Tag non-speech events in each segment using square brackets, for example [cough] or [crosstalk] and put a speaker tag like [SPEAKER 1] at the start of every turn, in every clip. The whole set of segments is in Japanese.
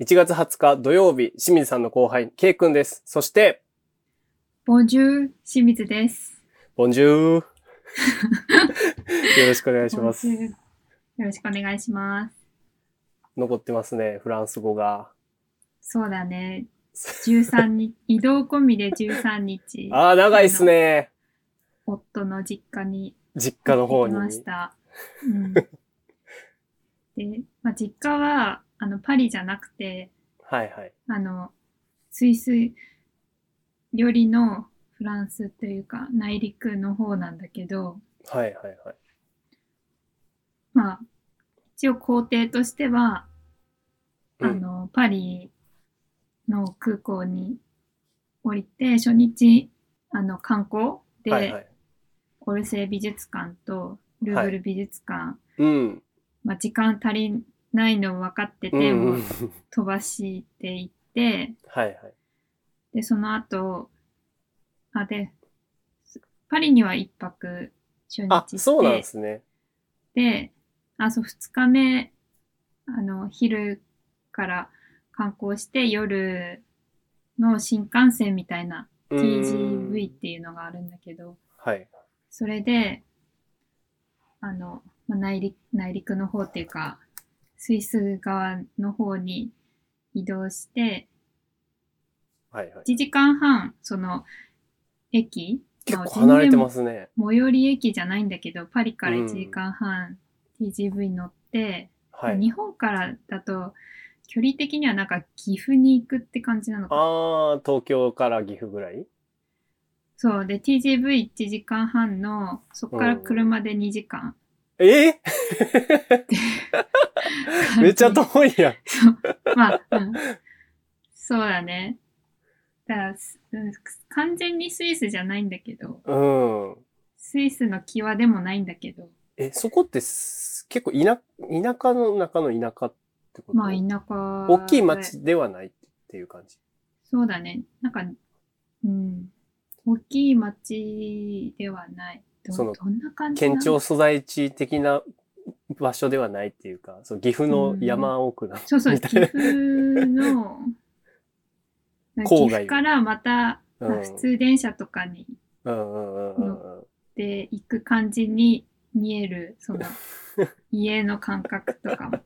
[SPEAKER 1] 1月20日土曜日、清水さんの後輩、K 君です。そして、
[SPEAKER 2] ボンジュール、清水です。
[SPEAKER 1] ボンジ
[SPEAKER 2] [laughs]
[SPEAKER 1] ューよろしくお願いします
[SPEAKER 2] ボ。ンジュールよろしくお願いします。
[SPEAKER 1] 残ってますね、フランス語が。
[SPEAKER 2] そうだ
[SPEAKER 1] [laughs]
[SPEAKER 2] ね。13日、移動込みで13日、
[SPEAKER 1] [laughs] ああ、長いっすね。
[SPEAKER 2] 夫の実家に
[SPEAKER 1] 実家の方
[SPEAKER 2] 行っ
[SPEAKER 1] に
[SPEAKER 2] てき。ました。うん、で、まあ、実家は、あの、パリじゃなくて、
[SPEAKER 1] はいはい。
[SPEAKER 2] あの、スイスよりのフランスというか、内陸の方なんだけど、
[SPEAKER 1] はいはいはい。
[SPEAKER 2] まあ、一応工程としては、
[SPEAKER 1] うん
[SPEAKER 2] あの、パリの空港に降りて、初日、あの、観光で、
[SPEAKER 1] はいはい。
[SPEAKER 2] オルセー美術館とルーブル美術館、
[SPEAKER 1] うん。
[SPEAKER 2] まあ、時間足りないの分かって
[SPEAKER 1] うん [laughs]
[SPEAKER 2] て、
[SPEAKER 1] う。
[SPEAKER 2] もうん飛ばしていって、
[SPEAKER 1] はいはい。
[SPEAKER 2] で、その後、あ、で、パリには一泊初日
[SPEAKER 1] あ
[SPEAKER 2] し、て、
[SPEAKER 1] そうなんですね。
[SPEAKER 2] で、あ、そう、二日目、あの、昼から観光して、夜の新幹線みたいな
[SPEAKER 1] うーん
[SPEAKER 2] TGV っていうのがあるんだけど、
[SPEAKER 1] はい。
[SPEAKER 2] それで、あの、まあ、内陸、内陸の方っていうか、スイス側の方に移動して、
[SPEAKER 1] はいはい。
[SPEAKER 2] 1時間半、その、駅。
[SPEAKER 1] 結構離れてますすね。
[SPEAKER 2] 最寄り駅じゃないんだけど、パリから1時間半 TGV 乗って、
[SPEAKER 1] はい。
[SPEAKER 2] 日本からだと距離的にはなんか岐阜に行くって感じなのかな
[SPEAKER 1] ああ、東京から岐阜ぐらい
[SPEAKER 2] そうで TGV1 時間半のそこから車で2時間
[SPEAKER 1] ええ [laughs] めっちゃ
[SPEAKER 2] と
[SPEAKER 1] 遠いやん。
[SPEAKER 2] [laughs] まあ、うん、そうだねだから、すうん、完全にスイスじゃないんだけど
[SPEAKER 1] うん。
[SPEAKER 2] スイスの際でもないんだけど
[SPEAKER 1] え、そこってす結構田、田舎の中の田舎ってこと
[SPEAKER 2] まあ田舎
[SPEAKER 1] 大きい町ではないっていう感じ。
[SPEAKER 2] そうだねなんかうん大きい町ではないど
[SPEAKER 1] その
[SPEAKER 2] どんな感じな
[SPEAKER 1] 県
[SPEAKER 2] の
[SPEAKER 1] 庁所在地的な場所ではないっていうか、そう岐阜の山奥な、
[SPEAKER 2] そうそう、
[SPEAKER 1] みた
[SPEAKER 2] 岐
[SPEAKER 1] いな
[SPEAKER 2] 阜の、
[SPEAKER 1] [laughs] 郊外
[SPEAKER 2] 岐阜からまた、
[SPEAKER 1] う
[SPEAKER 2] ま
[SPEAKER 1] ん
[SPEAKER 2] あ普通電車とかに行っ
[SPEAKER 1] うんうんうんうんうん。
[SPEAKER 2] て行く感じに見える、
[SPEAKER 1] [laughs]
[SPEAKER 2] その、家の感覚とかも。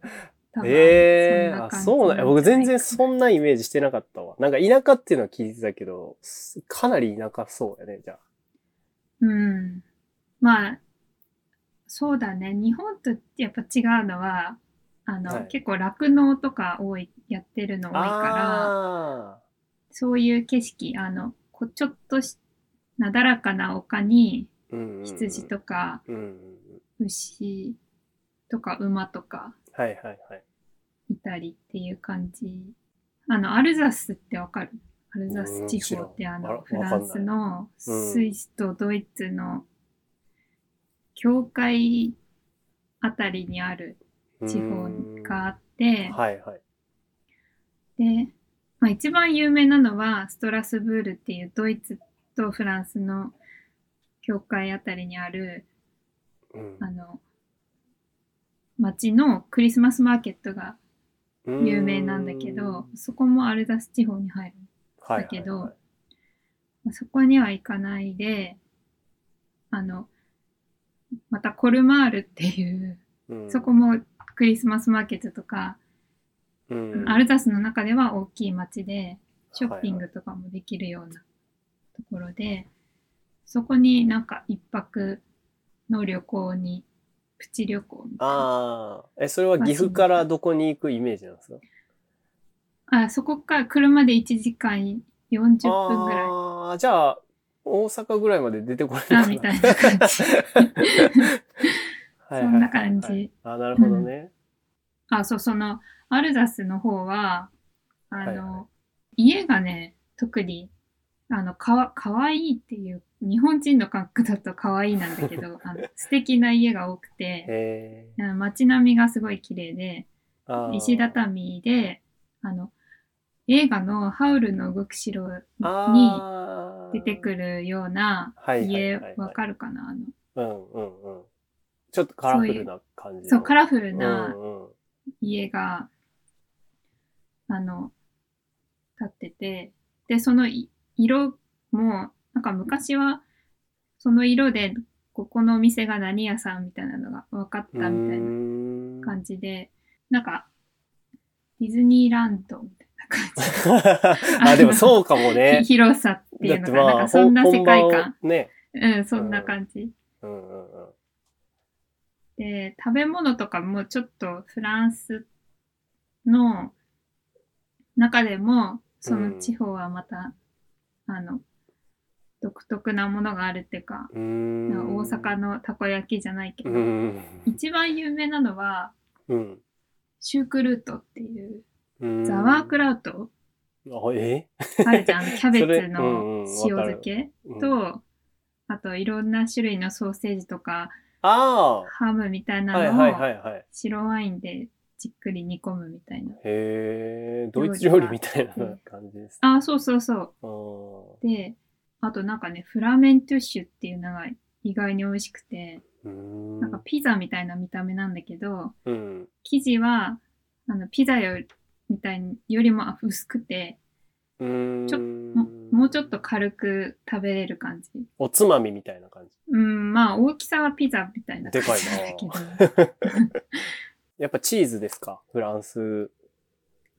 [SPEAKER 2] 多分
[SPEAKER 1] ええ
[SPEAKER 2] ん
[SPEAKER 1] ー、
[SPEAKER 2] な
[SPEAKER 1] あ、
[SPEAKER 2] 感じ
[SPEAKER 1] そうなんや。僕全然
[SPEAKER 2] なん
[SPEAKER 1] そんなイメージしてなかったわ。なんか田舎っていうのは聞いてたけど、すかなり田舎そうやね、じゃあ。
[SPEAKER 2] じゃない。うん。まあ、そうだね。日本とやっぱ違うのは、あの、
[SPEAKER 1] はい
[SPEAKER 2] 結構酪農とか多い、やってるの多いから、
[SPEAKER 1] あ
[SPEAKER 2] そういう景色、あの、こちょっとしなだらかな丘に、
[SPEAKER 1] ーうんうんうん
[SPEAKER 2] 羊とか
[SPEAKER 1] うんうんうん。
[SPEAKER 2] 牛とか馬とか
[SPEAKER 1] はいはいはい。
[SPEAKER 2] いたりっていう感じ。あの、アルザスってわかるアルザス地方って
[SPEAKER 1] うん
[SPEAKER 2] あ
[SPEAKER 1] 知らんあら
[SPEAKER 2] の、フラン
[SPEAKER 1] か
[SPEAKER 2] スの
[SPEAKER 1] んないうん
[SPEAKER 2] スイスとドイツの境界あたりにある地方があ
[SPEAKER 1] う
[SPEAKER 2] って
[SPEAKER 1] ーん、はいはい。
[SPEAKER 2] で、まあ、一番有名なのはストラスブールっていうドイツとフランスの境界あたりにある
[SPEAKER 1] うん
[SPEAKER 2] あの、町のクリスマスマーケットが有名なんだ
[SPEAKER 1] う
[SPEAKER 2] け
[SPEAKER 1] ーん
[SPEAKER 2] ど、そこもアルザス地方に入る。
[SPEAKER 1] はいはいはい
[SPEAKER 2] だけどまあそこには行かないで、あの、またコルマールっていう、
[SPEAKER 1] うん
[SPEAKER 2] そこもクリスマスマーケットとか、
[SPEAKER 1] うん
[SPEAKER 2] アルザスの中では大きい町で、ショッピングとかもできるようなところで、そこになんか一泊の旅行に、プチ旅行みたいな。
[SPEAKER 1] ああ、え、それは岐阜からどこに行くイメージなんですか
[SPEAKER 2] あ、そこから車で1時間40分ぐらい。
[SPEAKER 1] ああ、じゃあ、大阪ぐらいまで出てこれるかな
[SPEAKER 2] あ、みたいな感
[SPEAKER 1] [laughs]
[SPEAKER 2] じ。
[SPEAKER 1] はいはいはいはい
[SPEAKER 2] そんな感じ。
[SPEAKER 1] あなるほどね。
[SPEAKER 2] あ、そう、その、アルザスの方は、あの、
[SPEAKER 1] はいは
[SPEAKER 2] 家がね、特に、あの、かわ、かわいいっていう、日本人の感覚だとかわいいなんだけ
[SPEAKER 1] [laughs]
[SPEAKER 2] ど、あの素敵な家が多くて、
[SPEAKER 1] へ
[SPEAKER 2] あの街並みがすごい綺麗で、
[SPEAKER 1] ーあー
[SPEAKER 2] 石畳で、あの、映画のハウルの動く城に
[SPEAKER 1] あー
[SPEAKER 2] 出てくるような
[SPEAKER 1] はいはいはい
[SPEAKER 2] 家
[SPEAKER 1] はい、
[SPEAKER 2] わかるかなあの
[SPEAKER 1] うんうんうん。ちょっとカラフルな感じの
[SPEAKER 2] そうカラフ
[SPEAKER 1] う
[SPEAKER 2] ル
[SPEAKER 1] ん
[SPEAKER 2] な
[SPEAKER 1] うん
[SPEAKER 2] 家があの、立ってて、で、そのい色も、なんか昔は、その色で、ここのお店が何屋さんみたいなのが分かったみたいな感じで、なんか、ディズニーランドみたいな感じ。。
[SPEAKER 1] [laughs] あ、でもそうかもね [laughs]
[SPEAKER 2] [laughs] 広さっていう
[SPEAKER 1] だ
[SPEAKER 2] のが、なんかそんな
[SPEAKER 1] ほ
[SPEAKER 2] 世界
[SPEAKER 1] 本
[SPEAKER 2] 観。
[SPEAKER 1] 番をね。
[SPEAKER 2] うん、そんな感じ。
[SPEAKER 1] うんうんうん。
[SPEAKER 2] で、食べ物とかもちょっとフランスの中でも、その地方はまた、あの、独特なものがあるっていうか、
[SPEAKER 1] うーん
[SPEAKER 2] 大阪のたこ焼きじゃないけど、
[SPEAKER 1] うん
[SPEAKER 2] 一番有名なのは、
[SPEAKER 1] うん
[SPEAKER 2] シュークルートっていう、
[SPEAKER 1] うん
[SPEAKER 2] ザワークラウト、
[SPEAKER 1] あえ
[SPEAKER 2] ある
[SPEAKER 1] [laughs]
[SPEAKER 2] じゃん、キャベツ
[SPEAKER 1] それうんう
[SPEAKER 2] の
[SPEAKER 1] ん
[SPEAKER 2] 塩漬け
[SPEAKER 1] うん
[SPEAKER 2] と、あといろんな種類のソーセージとか、
[SPEAKER 1] あ
[SPEAKER 2] ハムみたい
[SPEAKER 1] あ
[SPEAKER 2] な
[SPEAKER 1] はいはいは
[SPEAKER 2] のを
[SPEAKER 1] いはい。
[SPEAKER 2] 白ワインでじっくり煮込むみたいな。
[SPEAKER 1] へえ、ドイツ料理みたいな
[SPEAKER 2] うん
[SPEAKER 1] 感じです。
[SPEAKER 2] あ、そうそうそう。
[SPEAKER 1] あー
[SPEAKER 2] で、あとなんかね、フラメントゥッシュっていうのが意外に美味しくて、
[SPEAKER 1] うーん
[SPEAKER 2] なんかピザみたいな見た目なんだけど、
[SPEAKER 1] うん
[SPEAKER 2] 生地は、あの、ピザより、みたいによりも薄くて、
[SPEAKER 1] うーん
[SPEAKER 2] ちょももうちょっと軽く食べれる感じ。
[SPEAKER 1] おつまみみたいな感じ。
[SPEAKER 2] うん、まあ大きさはピザみたいな感じなんだけど。
[SPEAKER 1] [laughs] やっぱチーズですかフランス。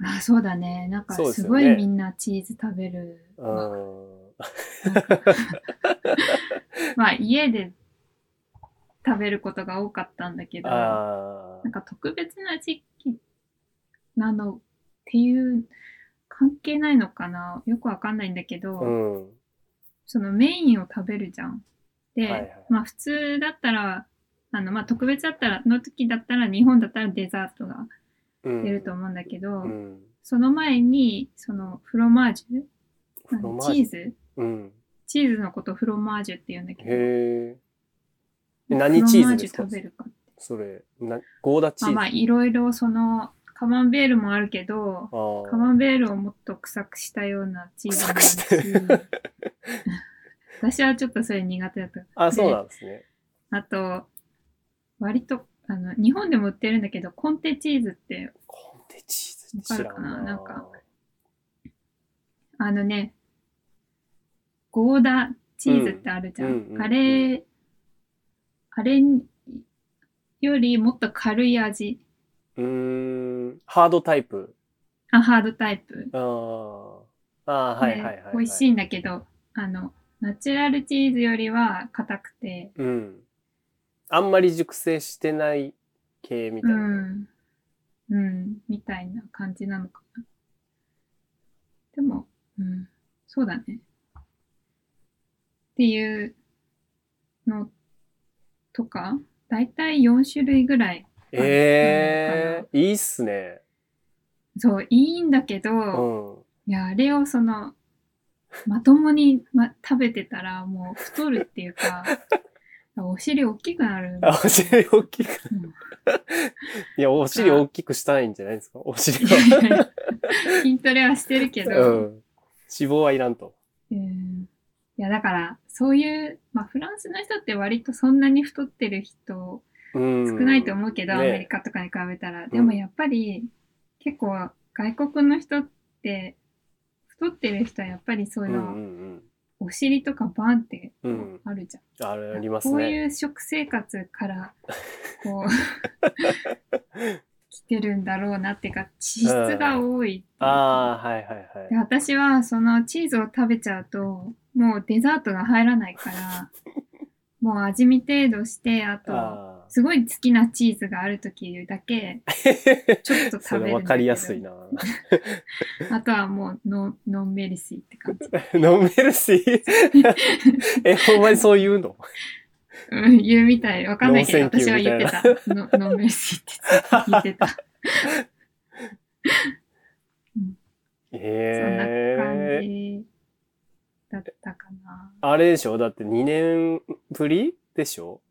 [SPEAKER 2] ああ、そうだね。なんか
[SPEAKER 1] そうです
[SPEAKER 2] す
[SPEAKER 1] よ
[SPEAKER 2] ごい
[SPEAKER 1] ね
[SPEAKER 2] みんなチーズ食べる。
[SPEAKER 1] うーん
[SPEAKER 2] まあ家で食べることが多かったんだけど、な
[SPEAKER 1] あ
[SPEAKER 2] んか特別な時期なのっていう関係ないのかなよくわかんないんだけど、
[SPEAKER 1] ーうん。
[SPEAKER 2] そのメインを食べるじゃん。で、
[SPEAKER 1] はいはい
[SPEAKER 2] まあ普通だったら、あのまあ特別だったら、の時だったら日本だったらデザートが
[SPEAKER 1] うん
[SPEAKER 2] 出ると思うんだけど、
[SPEAKER 1] うん。
[SPEAKER 2] その前に、そのフロマージュあ
[SPEAKER 1] フロ
[SPEAKER 2] の
[SPEAKER 1] マー
[SPEAKER 2] チ
[SPEAKER 1] ジュ
[SPEAKER 2] ーズ
[SPEAKER 1] うん。
[SPEAKER 2] チーズのことフロマージュって言うんだけど。
[SPEAKER 1] へえ。何チーズです
[SPEAKER 2] フロ
[SPEAKER 1] か
[SPEAKER 2] マージュ食べるか。
[SPEAKER 1] それ、なゴーダチー
[SPEAKER 2] あ
[SPEAKER 1] ズ。
[SPEAKER 2] まあ、いろいろその、カマンベールもあるけど、
[SPEAKER 1] あ
[SPEAKER 2] カマンベールをもっと臭くしたようなチーズもある
[SPEAKER 1] 臭くし
[SPEAKER 2] し、 [laughs] 私はちょっとそれ苦手だった。
[SPEAKER 1] あ、そうなんですね。
[SPEAKER 2] あと、割と、あの、日本でも売ってるんだけど、コンテチーズって、
[SPEAKER 1] コンテチーズって知らん
[SPEAKER 2] わかるか
[SPEAKER 1] な。
[SPEAKER 2] ななんかあのね、ゴーダチーズってあるじゃん。
[SPEAKER 1] うんうんうん
[SPEAKER 2] あれ、あれよりもっと軽い味。
[SPEAKER 1] うーん。ハードタイプ。
[SPEAKER 2] あ、ハードタイプ。
[SPEAKER 1] あーあー、はいはいはい、はい。
[SPEAKER 2] で美味しいんだけど、あの、ナチュラルチーズよりは硬くて、
[SPEAKER 1] うん。あんまり熟成してない系みた
[SPEAKER 2] う
[SPEAKER 1] いな。
[SPEAKER 2] ん、うん、みたいな感じなのかな。でも、うん、そうだね。っていうのとか、だいたい4種類ぐらい。
[SPEAKER 1] ええいいっすね。
[SPEAKER 2] そう、いいんだけど、
[SPEAKER 1] うん。
[SPEAKER 2] いや、あれをその、まともに、ま、食べてたらもう太るってい
[SPEAKER 1] [laughs]
[SPEAKER 2] うか、お尻大きくなるんだよ
[SPEAKER 1] あ、お尻大きく
[SPEAKER 2] うん。
[SPEAKER 1] [laughs] いや、お尻大きくしたいんじゃないですかお尻
[SPEAKER 2] いやいや
[SPEAKER 1] は。
[SPEAKER 2] いや [laughs] 筋トレはしてるけ
[SPEAKER 1] う
[SPEAKER 2] ど、
[SPEAKER 1] ん。脂肪はいらんと。
[SPEAKER 2] うんいやだからそういう、まあ、フランスの人って割とそんなに太ってる人
[SPEAKER 1] う
[SPEAKER 2] 少
[SPEAKER 1] ん。
[SPEAKER 2] ないと思うけど、
[SPEAKER 1] ね
[SPEAKER 2] アメリカとかに比べたら、でもやっぱり結構外国の人って太ってる人はやっぱりそ
[SPEAKER 1] う
[SPEAKER 2] うい
[SPEAKER 1] ん
[SPEAKER 2] う
[SPEAKER 1] う
[SPEAKER 2] の、
[SPEAKER 1] ん
[SPEAKER 2] お尻とかバンってこう
[SPEAKER 1] うん
[SPEAKER 2] あるじゃん。
[SPEAKER 1] うん。あれあります
[SPEAKER 2] こう
[SPEAKER 1] ね。
[SPEAKER 2] いう食生活からこ
[SPEAKER 1] [laughs]
[SPEAKER 2] う来てるんだろうなっていうか脂質が多いっていうか
[SPEAKER 1] ああ、はいはい
[SPEAKER 2] で
[SPEAKER 1] はい。
[SPEAKER 2] 私はそのチーズを食べちゃうともうデザートが入らないからもう味見程度してあと
[SPEAKER 1] あ
[SPEAKER 2] すごい好きなチーズがある時
[SPEAKER 1] [laughs]
[SPEAKER 2] だけ
[SPEAKER 1] あ。
[SPEAKER 2] ちょっ
[SPEAKER 1] そ
[SPEAKER 2] と食べ
[SPEAKER 1] れ
[SPEAKER 2] るんだけど
[SPEAKER 1] わかりやすいな。
[SPEAKER 2] あとはもうののんべりしいって感じ、
[SPEAKER 1] [laughs] 飲める
[SPEAKER 2] [laughs]
[SPEAKER 1] し。え、ほんまにそう言うの
[SPEAKER 2] うん、言うみたいわかんないけど
[SPEAKER 1] ノーセン
[SPEAKER 2] 私
[SPEAKER 1] キュー
[SPEAKER 2] は
[SPEAKER 1] みたい
[SPEAKER 2] 言っ
[SPEAKER 1] な
[SPEAKER 2] てたののんべりしいって
[SPEAKER 1] [laughs]
[SPEAKER 2] 言ってたそんな感
[SPEAKER 1] ええ。
[SPEAKER 2] じだったかな、
[SPEAKER 1] あれでしょだって2年ぶりでしょ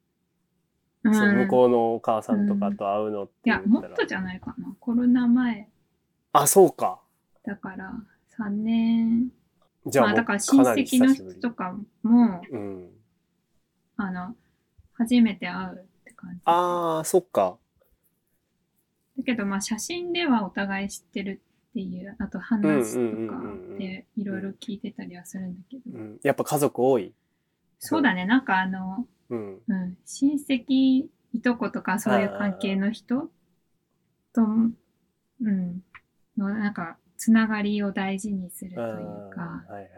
[SPEAKER 2] うん、
[SPEAKER 1] その向こうのお母さんと
[SPEAKER 2] う
[SPEAKER 1] か
[SPEAKER 2] ん
[SPEAKER 1] と会うのって
[SPEAKER 2] い
[SPEAKER 1] 言
[SPEAKER 2] や
[SPEAKER 1] ったら。
[SPEAKER 2] もっとじゃないかなコロナ前
[SPEAKER 1] あ、そうか。
[SPEAKER 2] だから3年
[SPEAKER 1] じゃあも
[SPEAKER 2] まあ、
[SPEAKER 1] う
[SPEAKER 2] だから親
[SPEAKER 1] なり
[SPEAKER 2] 戚の
[SPEAKER 1] 久しぶ
[SPEAKER 2] 人
[SPEAKER 1] り
[SPEAKER 2] とかも、
[SPEAKER 1] うん。
[SPEAKER 2] あの、初めて会うって感じ。だ
[SPEAKER 1] ああ、そっか。
[SPEAKER 2] けど、まあ、写真ではお互い知ってるっていう、あと話とか
[SPEAKER 1] うんうんうんうん
[SPEAKER 2] でいろいろ聞いてたりはするんだけど、
[SPEAKER 1] うん。やっぱ家族多い。
[SPEAKER 2] そうだね、なんかあの、
[SPEAKER 1] うん。
[SPEAKER 2] うん、親戚、いとことかそういう関係の人と、うん、のなんか、つながりを大事にするとい
[SPEAKER 1] あー
[SPEAKER 2] うか、
[SPEAKER 1] はいはいはい。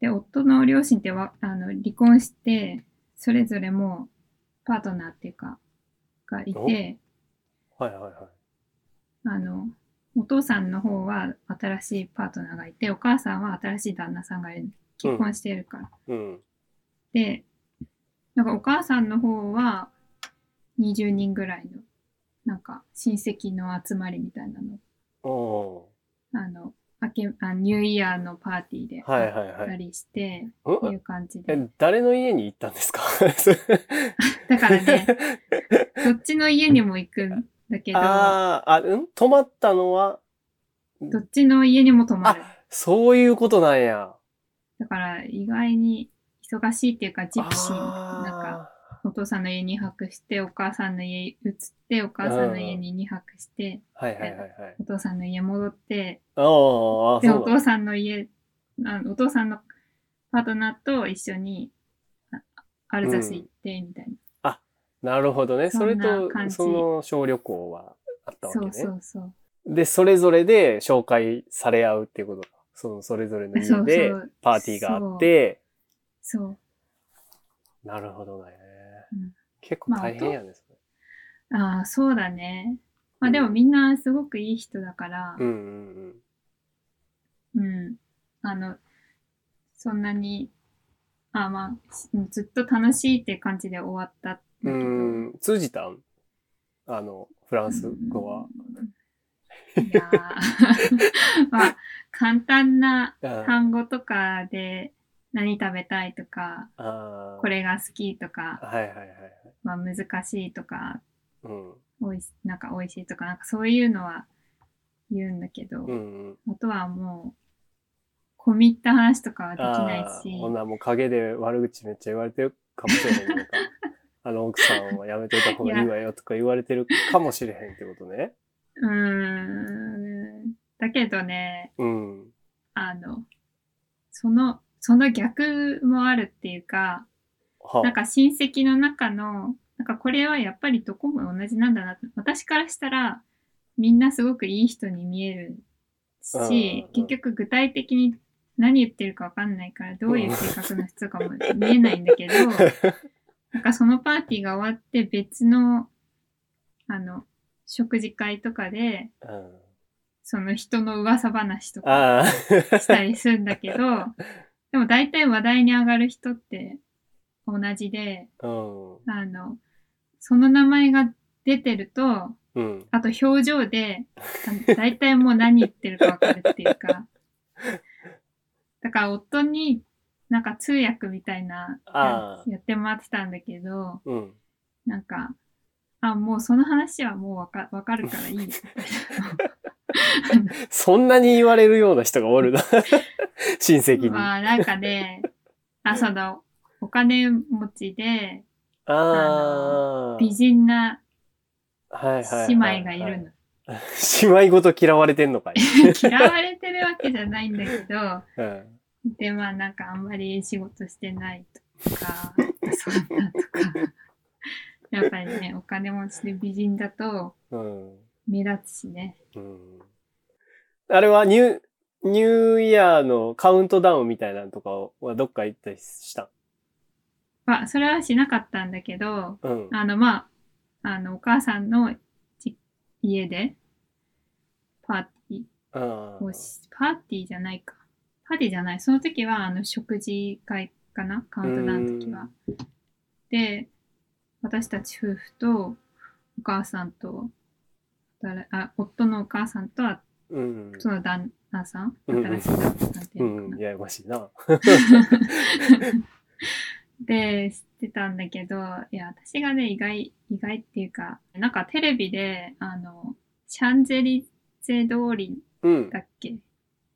[SPEAKER 2] で、夫の両親ってわあの離婚して、それぞれもうパートナーっていうか、がいて、
[SPEAKER 1] はいはいはい。
[SPEAKER 2] あの、お父さんの方は新しいパートナーがいて、お母さんは新しい旦那さんがいる。結婚してるから。
[SPEAKER 1] うん。
[SPEAKER 2] で、なんかお母さんの方は20人ぐらいの、なんか親戚の集まりみたいなの、
[SPEAKER 1] おお
[SPEAKER 2] あの、明けあニューイヤーのパーティーで
[SPEAKER 1] ー。はい
[SPEAKER 2] あ
[SPEAKER 1] はい
[SPEAKER 2] っ
[SPEAKER 1] は
[SPEAKER 2] た
[SPEAKER 1] い。
[SPEAKER 2] りして、
[SPEAKER 1] う
[SPEAKER 2] い
[SPEAKER 1] ん
[SPEAKER 2] う感じで。
[SPEAKER 1] え、誰の家に行ったんですか
[SPEAKER 2] [laughs] だか
[SPEAKER 1] [laughs]
[SPEAKER 2] らね、どっちの家にも行くんだけど、
[SPEAKER 1] ああ、あ、うん泊まったのは、
[SPEAKER 2] どっちの家にも泊まる。
[SPEAKER 1] そういうことなんや。
[SPEAKER 2] だから意外に忙しいっていうか、ジプシー
[SPEAKER 1] あー
[SPEAKER 2] なんか、お父さんの家2泊して、お母さんの家移って、お母さんの家に2泊して、
[SPEAKER 1] はいはいはいはい。
[SPEAKER 2] お父さんの家戻って、
[SPEAKER 1] あーあー、
[SPEAKER 2] で、
[SPEAKER 1] そ
[SPEAKER 2] お
[SPEAKER 1] うなんだ。
[SPEAKER 2] 父さんの家、あお父さんのパートナーと一緒にあアルザス行って、みたいな。
[SPEAKER 1] なるほどね。それ
[SPEAKER 2] そん
[SPEAKER 1] と
[SPEAKER 2] な感、じ
[SPEAKER 1] その小旅行はあったわけ
[SPEAKER 2] そ
[SPEAKER 1] ね。
[SPEAKER 2] うそうそう。
[SPEAKER 1] で、それぞれで紹介され合うっていうことか。その、それぞれの
[SPEAKER 2] そ
[SPEAKER 1] 家
[SPEAKER 2] う
[SPEAKER 1] で
[SPEAKER 2] そう
[SPEAKER 1] パーティーがあって、
[SPEAKER 2] そう。
[SPEAKER 1] なるほどね
[SPEAKER 2] うん。
[SPEAKER 1] 結構大変やね、それ。
[SPEAKER 2] ああ、そうだね。ま
[SPEAKER 1] う
[SPEAKER 2] あ
[SPEAKER 1] ん
[SPEAKER 2] でもみんなすごくいい人だから、
[SPEAKER 1] うんうんうん。
[SPEAKER 2] うん。あの、そんなに、あまあ、しずっと楽しいって感じで終わったんだけ
[SPEAKER 1] う
[SPEAKER 2] ど。
[SPEAKER 1] ーん、通じたんあの、フランス語は。
[SPEAKER 2] うん。いやー [laughs] まあ、簡単な
[SPEAKER 1] あ
[SPEAKER 2] 単語とかで何食べたいとか、
[SPEAKER 1] あー
[SPEAKER 2] こ。れが好きとか、
[SPEAKER 1] はいはいはいはい。
[SPEAKER 2] まあ難しいとか、
[SPEAKER 1] うん。
[SPEAKER 2] おいしなんか美味しいとか、なんかそういうのは言うんだけど、
[SPEAKER 1] うんうん。
[SPEAKER 2] あとはもう、込み入った話とかはでき
[SPEAKER 1] あ
[SPEAKER 2] ない
[SPEAKER 1] あ
[SPEAKER 2] し
[SPEAKER 1] ー、、ほんならもう陰で悪口めっちゃ言われてるかもしれへん
[SPEAKER 2] [laughs]
[SPEAKER 1] なんか。あの奥さんはやめといた方がいいわよとか言われてるかもしれへんってことね。
[SPEAKER 2] うーん。だけどね、
[SPEAKER 1] うん。
[SPEAKER 2] あの、その、その逆もあるっていうか、
[SPEAKER 1] はあ
[SPEAKER 2] なんか親戚の中の、なんかこれはやっぱりどこも同じなんだなと。私からしたら、みんなすごくいい人に見える
[SPEAKER 1] うんうん
[SPEAKER 2] し
[SPEAKER 1] うん、
[SPEAKER 2] 結局具体的に何言ってるかわかんないから、どういう性格の人かも見えないんだけど、 [laughs] なんかそのパーティーが終わって別の、あの、食事会とかで、
[SPEAKER 1] うん
[SPEAKER 2] その人の噂話とか
[SPEAKER 1] ああ。
[SPEAKER 2] したりするんだけど、でも大体話題に上がる人って同じで、
[SPEAKER 1] [laughs] うん。
[SPEAKER 2] あの、その名前が出てると、
[SPEAKER 1] うん。
[SPEAKER 2] あと表情で、あ大体もう何言ってるかわかるっていう
[SPEAKER 1] [laughs]
[SPEAKER 2] か。だから夫になんか通訳みたいな
[SPEAKER 1] あー
[SPEAKER 2] やってもらってたんだけど、
[SPEAKER 1] うん。
[SPEAKER 2] なんか、あ、もうその話はもうわかわかるからいい。
[SPEAKER 1] そんなに言われるような人がおるな。
[SPEAKER 2] [laughs]
[SPEAKER 1] 親戚に。あ
[SPEAKER 2] まあなんかね、
[SPEAKER 1] [laughs]
[SPEAKER 2] あ、その、お金持ちで
[SPEAKER 1] あー。
[SPEAKER 2] 美人な
[SPEAKER 1] はいはいはい
[SPEAKER 2] 姉妹がいるの。
[SPEAKER 1] の。姉妹ごと嫌われてんのかい。
[SPEAKER 2] 嫌われてるわけじゃないんだけど、
[SPEAKER 1] うん。
[SPEAKER 2] で、まあなんかあんまり仕事してないとか、そんなとか。やっぱりね、お金持ちで美人だと
[SPEAKER 1] うん。
[SPEAKER 2] 目立つしね。
[SPEAKER 1] うん。あれはニュー、ニューイヤーのカウントダウンみたいなのとかはどっか行ったりした
[SPEAKER 2] まあ、それはしなかったんだけど、
[SPEAKER 1] うん。
[SPEAKER 2] あの、まあ、あの、お母さんのじ家で、パーティー、
[SPEAKER 1] あ
[SPEAKER 2] をしパーティーじゃないか。パーティーじゃない。その時は、あの、食事会かなカウントダウンの時
[SPEAKER 1] う
[SPEAKER 2] は
[SPEAKER 1] ん。
[SPEAKER 2] で、私たち夫婦と、お母さんと、だらあ夫のお母さんと、あ
[SPEAKER 1] うん。
[SPEAKER 2] その旦那さん、
[SPEAKER 1] うん
[SPEAKER 2] 新しい旦那さんっていううのか
[SPEAKER 1] ん。
[SPEAKER 2] な。
[SPEAKER 1] ややこしいな。
[SPEAKER 2] で、知ってたんだけど、いや、私がね、意外、意外っていうか、なんかテレビで、あの、シャンゼリゼ通り
[SPEAKER 1] うん。
[SPEAKER 2] だっけ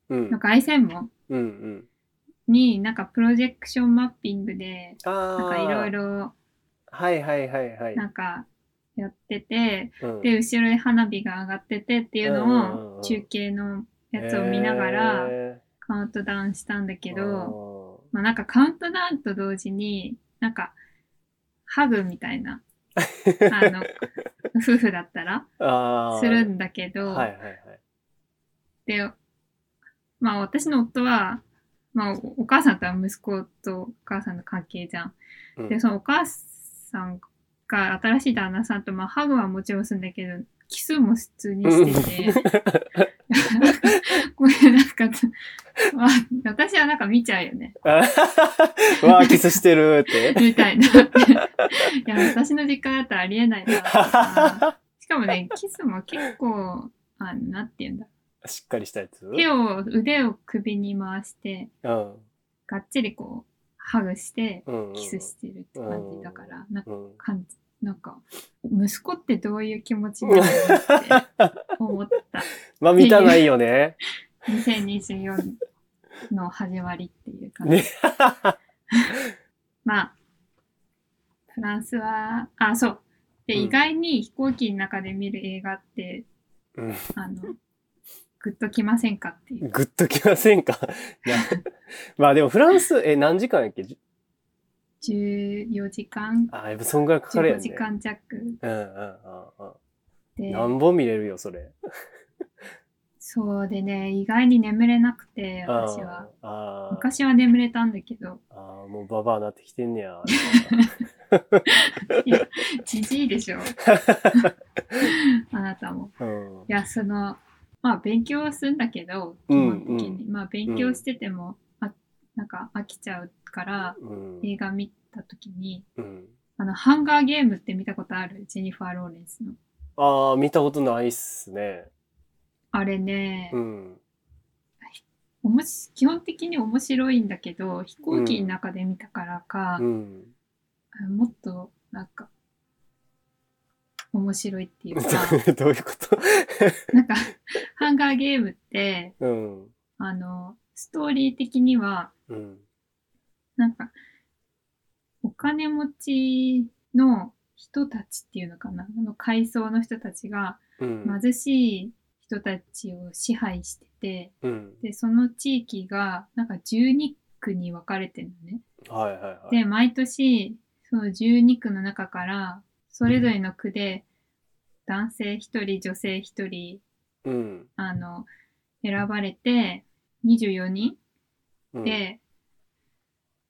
[SPEAKER 1] うん
[SPEAKER 2] の。凱旋門
[SPEAKER 1] うん。うん。
[SPEAKER 2] になんかプロジェクションマッピングで
[SPEAKER 1] ああ。
[SPEAKER 2] なんかいろい。ろ
[SPEAKER 1] はいはいはいはい。
[SPEAKER 2] なんかやってて
[SPEAKER 1] うん
[SPEAKER 2] で後ろで花火が上がっててっていうの
[SPEAKER 1] うんうんう
[SPEAKER 2] を
[SPEAKER 1] ん
[SPEAKER 2] 中継のやつを見ながら
[SPEAKER 1] え
[SPEAKER 2] カウントダウンしたんだけ
[SPEAKER 1] ー
[SPEAKER 2] ど、
[SPEAKER 1] うん
[SPEAKER 2] まあなんかカウントダウンと同時に、なんか、ハグみたいな、あ
[SPEAKER 1] [laughs]
[SPEAKER 2] の、夫婦だったら、
[SPEAKER 1] あー
[SPEAKER 2] するんだけど、
[SPEAKER 1] はいはいはい。
[SPEAKER 2] で、まあ私の夫は、まあおお母さんとは息子とお母さんの関係じゃん。
[SPEAKER 1] うん [laughs]
[SPEAKER 2] で、そのお母さんが新しい旦那さんと、まあハグはもちろんするんだけど、キスも普通にして [laughs] て、これなんか、まあ私はなんか見ちゃうよね。
[SPEAKER 1] あわあ、キスしてるっ
[SPEAKER 2] [laughs]
[SPEAKER 1] て。
[SPEAKER 2] みたいな。いや、私の実家だとありえないなとか。しかもね、キスも結構、あのなんて言うんだ。
[SPEAKER 1] しっかりしたやつう
[SPEAKER 2] 手を、腕を首に回して、
[SPEAKER 1] ん。
[SPEAKER 2] がっちりこう、ハグして、
[SPEAKER 1] うん。
[SPEAKER 2] キスしてるって感じだから、なんか、
[SPEAKER 1] うん。 [laughs]
[SPEAKER 2] 感じなんか、息子ってどういう気持ちなのって思った。
[SPEAKER 1] まあ、見たないよね。
[SPEAKER 2] 2024の始まりっていう感じ。
[SPEAKER 1] ね。 [laughs]
[SPEAKER 2] まあ、フランスは、あ、そう。で、
[SPEAKER 1] うん
[SPEAKER 2] 意外に飛行機の中で見る映画って、
[SPEAKER 1] うん
[SPEAKER 2] あの、グッときませんかっていう。
[SPEAKER 1] グッときませんかいやまあでもフランス、え、何時間やっけじ
[SPEAKER 2] 14時間、
[SPEAKER 1] あ、やっぱそんぐらいかかるや
[SPEAKER 2] 15
[SPEAKER 1] んね。
[SPEAKER 2] 時間弱
[SPEAKER 1] うんうんうんうん。
[SPEAKER 2] で、
[SPEAKER 1] 何本見れるよ、それ。
[SPEAKER 2] そうでね、意外に眠れなくて、私は。
[SPEAKER 1] あーあー。
[SPEAKER 2] 昔は眠れたんだけど、
[SPEAKER 1] ああ、もうババアなってきてんねや。
[SPEAKER 2] [laughs] じじいでしょ。あなたも。
[SPEAKER 1] うん。
[SPEAKER 2] いや、その、まあ勉強はするんだけど、基
[SPEAKER 1] うん
[SPEAKER 2] 本的に。まあ勉強してても、あなんか飽きちゃうから、
[SPEAKER 1] うん。
[SPEAKER 2] 映画見た時に、
[SPEAKER 1] うん、
[SPEAKER 2] あの、ハンガーゲームって見たことあるジェニファー・ローレンスの。
[SPEAKER 1] ああ、見たことないっすね。
[SPEAKER 2] あれね、
[SPEAKER 1] うん。
[SPEAKER 2] おもし基本的に面白いんだけど、飛行機の中で見たからか
[SPEAKER 1] う、ん。
[SPEAKER 2] あもっと、なんか、面白いっていう
[SPEAKER 1] [laughs]
[SPEAKER 2] か、
[SPEAKER 1] どういうこと
[SPEAKER 2] なんか、ハンガーゲームって、
[SPEAKER 1] うん。
[SPEAKER 2] あの、ストーリー的には、
[SPEAKER 1] うん。
[SPEAKER 2] なんか、お金持ちの人たちっていうのかな、あの階層の人たちが、
[SPEAKER 1] うん。
[SPEAKER 2] 貧しい人たちを支配してて
[SPEAKER 1] うん。
[SPEAKER 2] でその地域がなんか12区に分かれてるのね。
[SPEAKER 1] はいはいはい。
[SPEAKER 2] で毎年その12区の中からそれぞれの区で男性1人女性1人
[SPEAKER 1] うん。
[SPEAKER 2] あの選ばれて24人
[SPEAKER 1] うん、
[SPEAKER 2] で、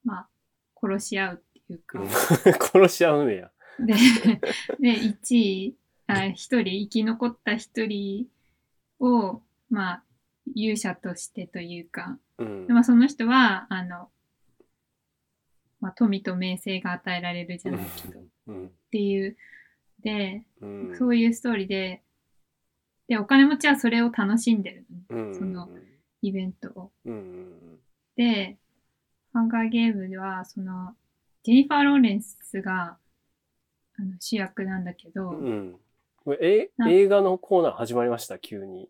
[SPEAKER 2] まあ殺し合うっていうか
[SPEAKER 1] うん殺し合うねや。
[SPEAKER 2] で [laughs] で1位あ1人生き残った1人をまあ勇者としてというか、
[SPEAKER 1] うん。
[SPEAKER 2] まあ、その人はあの、まあ、富と名声が与えられるじゃないけどっ
[SPEAKER 1] うん。
[SPEAKER 2] ていうで、
[SPEAKER 1] うん。
[SPEAKER 2] そういうストーリーででお金持ちはそれを楽しんでるのね
[SPEAKER 1] うん。
[SPEAKER 2] そのイベントを。
[SPEAKER 1] うん。うん。
[SPEAKER 2] でハンガーゲームではそのジェニファー・ローレンスがあの主役なんだけど、
[SPEAKER 1] うん。これ
[SPEAKER 2] な
[SPEAKER 1] え映画のコーナー始まりました、急に。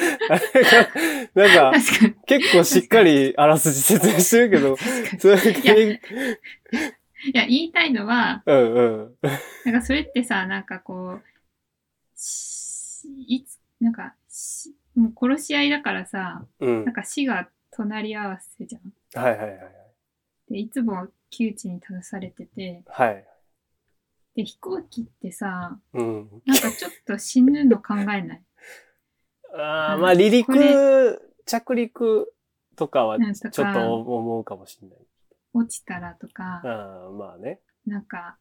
[SPEAKER 1] なんか、
[SPEAKER 2] 確かに
[SPEAKER 1] 結構しっかりあらすじ説明してるけど、それ系、
[SPEAKER 2] いや、言いたいのは、
[SPEAKER 1] うんうん。
[SPEAKER 2] なんかそれってさ、なんかこう、しいつ、なんか、しもう殺し合いだからさ、
[SPEAKER 1] うん
[SPEAKER 2] なん。か死が隣り合わせじゃん。
[SPEAKER 1] はいはいはいはい。
[SPEAKER 2] で、いつも窮地に立たされてて、
[SPEAKER 1] はい。
[SPEAKER 2] で、飛行機ってさ、
[SPEAKER 1] うん。
[SPEAKER 2] なんかちょっと死ぬの考えない。
[SPEAKER 1] ああ、まあ離
[SPEAKER 2] これ
[SPEAKER 1] 陸、着陸とかは
[SPEAKER 2] なんと
[SPEAKER 1] [laughs]
[SPEAKER 2] か
[SPEAKER 1] ちょっと思うかもしれない。
[SPEAKER 2] 落ちたらとか、
[SPEAKER 1] ああ、まあね。
[SPEAKER 2] なんか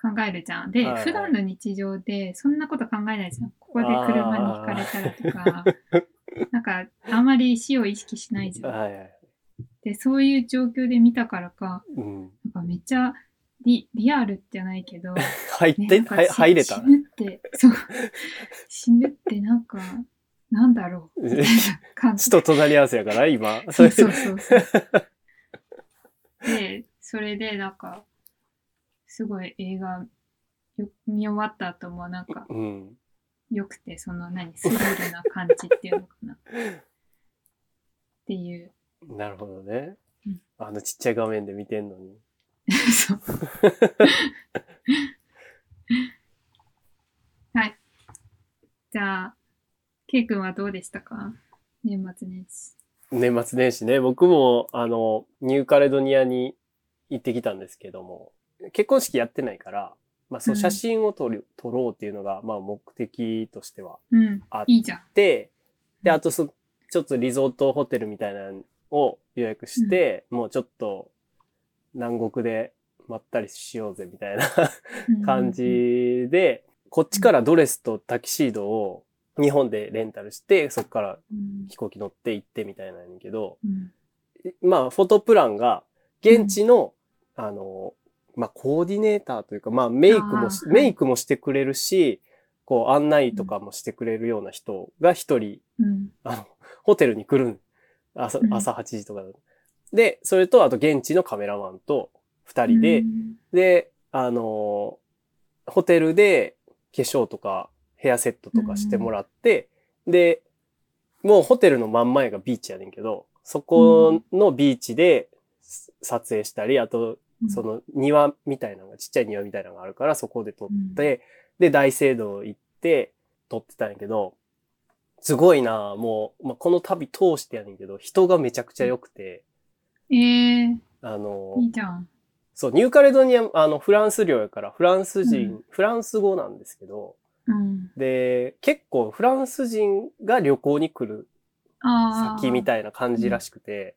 [SPEAKER 2] 考えるじゃん。で、
[SPEAKER 1] はいはい
[SPEAKER 2] 普段の日常でそんなこと考えないじゃん。ここで車に轢かれたらとか、 [laughs] なんかあんまり死を意識しないじゃん。
[SPEAKER 1] はいはい。
[SPEAKER 2] で、そういう状況で見たからか、
[SPEAKER 1] うん。
[SPEAKER 2] なんかめっちゃリリアルじゃないけど、
[SPEAKER 1] [laughs] 入っ
[SPEAKER 2] ね
[SPEAKER 1] て、
[SPEAKER 2] なんか
[SPEAKER 1] はい
[SPEAKER 2] し
[SPEAKER 1] 入れた
[SPEAKER 2] [laughs] 死。ぬって、そう、死ぬってなんか、なんだろう、
[SPEAKER 1] [laughs]
[SPEAKER 2] みたいな感
[SPEAKER 1] ち
[SPEAKER 2] じ。
[SPEAKER 1] ょっと隣り合わせやから、今。
[SPEAKER 2] [laughs] そうそうそ
[SPEAKER 1] [laughs]
[SPEAKER 2] うそう。で、それでなんか、すごい映画よ見終わった後もなんか
[SPEAKER 1] うん。
[SPEAKER 2] 良くて、その何、スリルな感じっていうのかな。っていう、 [laughs]
[SPEAKER 1] なるほどね
[SPEAKER 2] うん。
[SPEAKER 1] あのちっちゃい画面で見てんのに。 [laughs]
[SPEAKER 2] そう。はい。じゃあ、ケイ君はどうでしたか年末年始。
[SPEAKER 1] 年末年始ね、僕も、あの、ニューカレドニアに行ってきたんですけども、結婚式やってないから、まあ、そうう、
[SPEAKER 2] ん
[SPEAKER 1] 写真を撮る、撮ろうっていうのが、まあ、目的としては
[SPEAKER 2] うん
[SPEAKER 1] あっ。
[SPEAKER 2] いいじゃん。
[SPEAKER 1] て、で、あとそ、ちょっとリゾートホテルみたいなのを予約して、もうちょっと、南国でまったりしようぜみたいな
[SPEAKER 2] うん
[SPEAKER 1] 感。じで、こっちからドレスとタキシードを日本でレンタルして、そこから
[SPEAKER 2] うん
[SPEAKER 1] 飛行機乗って行ってみたいなんやけど、
[SPEAKER 2] うん
[SPEAKER 1] まあ、フォトプランが、現地の、あの、まあ、コーディネーターというか、まあ、メイクもし
[SPEAKER 2] あーはい
[SPEAKER 1] メイクもしてくれるし、こう、案内とかもしてくれるような人が一人、
[SPEAKER 2] うん。
[SPEAKER 1] あの、ホテルに来るん朝、
[SPEAKER 2] うん
[SPEAKER 1] 朝8時とかだとで、それと、あと、現地のカメラマンと二人で、
[SPEAKER 2] うん
[SPEAKER 1] で、あのーホテルで化粧とかヘアセットとかしてもらって、で、もうホテルの真ん前がビーチやねんけど、そこのビーチで撮影したり、あと、そ、の庭みたいなのが、ちっちゃい庭みたいなのがあるから、そこで撮って、で、大聖堂行って撮ってたんやけど、すごいなあもう、まあ、この旅通してやねんけど、人がめちゃくちゃ良くて、
[SPEAKER 2] ええ
[SPEAKER 1] あのー
[SPEAKER 2] いいじゃん。
[SPEAKER 1] そう、ニューカレドニア、あの、フランス領やから、フランス人、
[SPEAKER 2] うん
[SPEAKER 1] フランス語なんですけど、
[SPEAKER 2] うん。
[SPEAKER 1] で、結構フランス人が旅行に来る
[SPEAKER 2] ああ。
[SPEAKER 1] 先みたいな感じらしくて、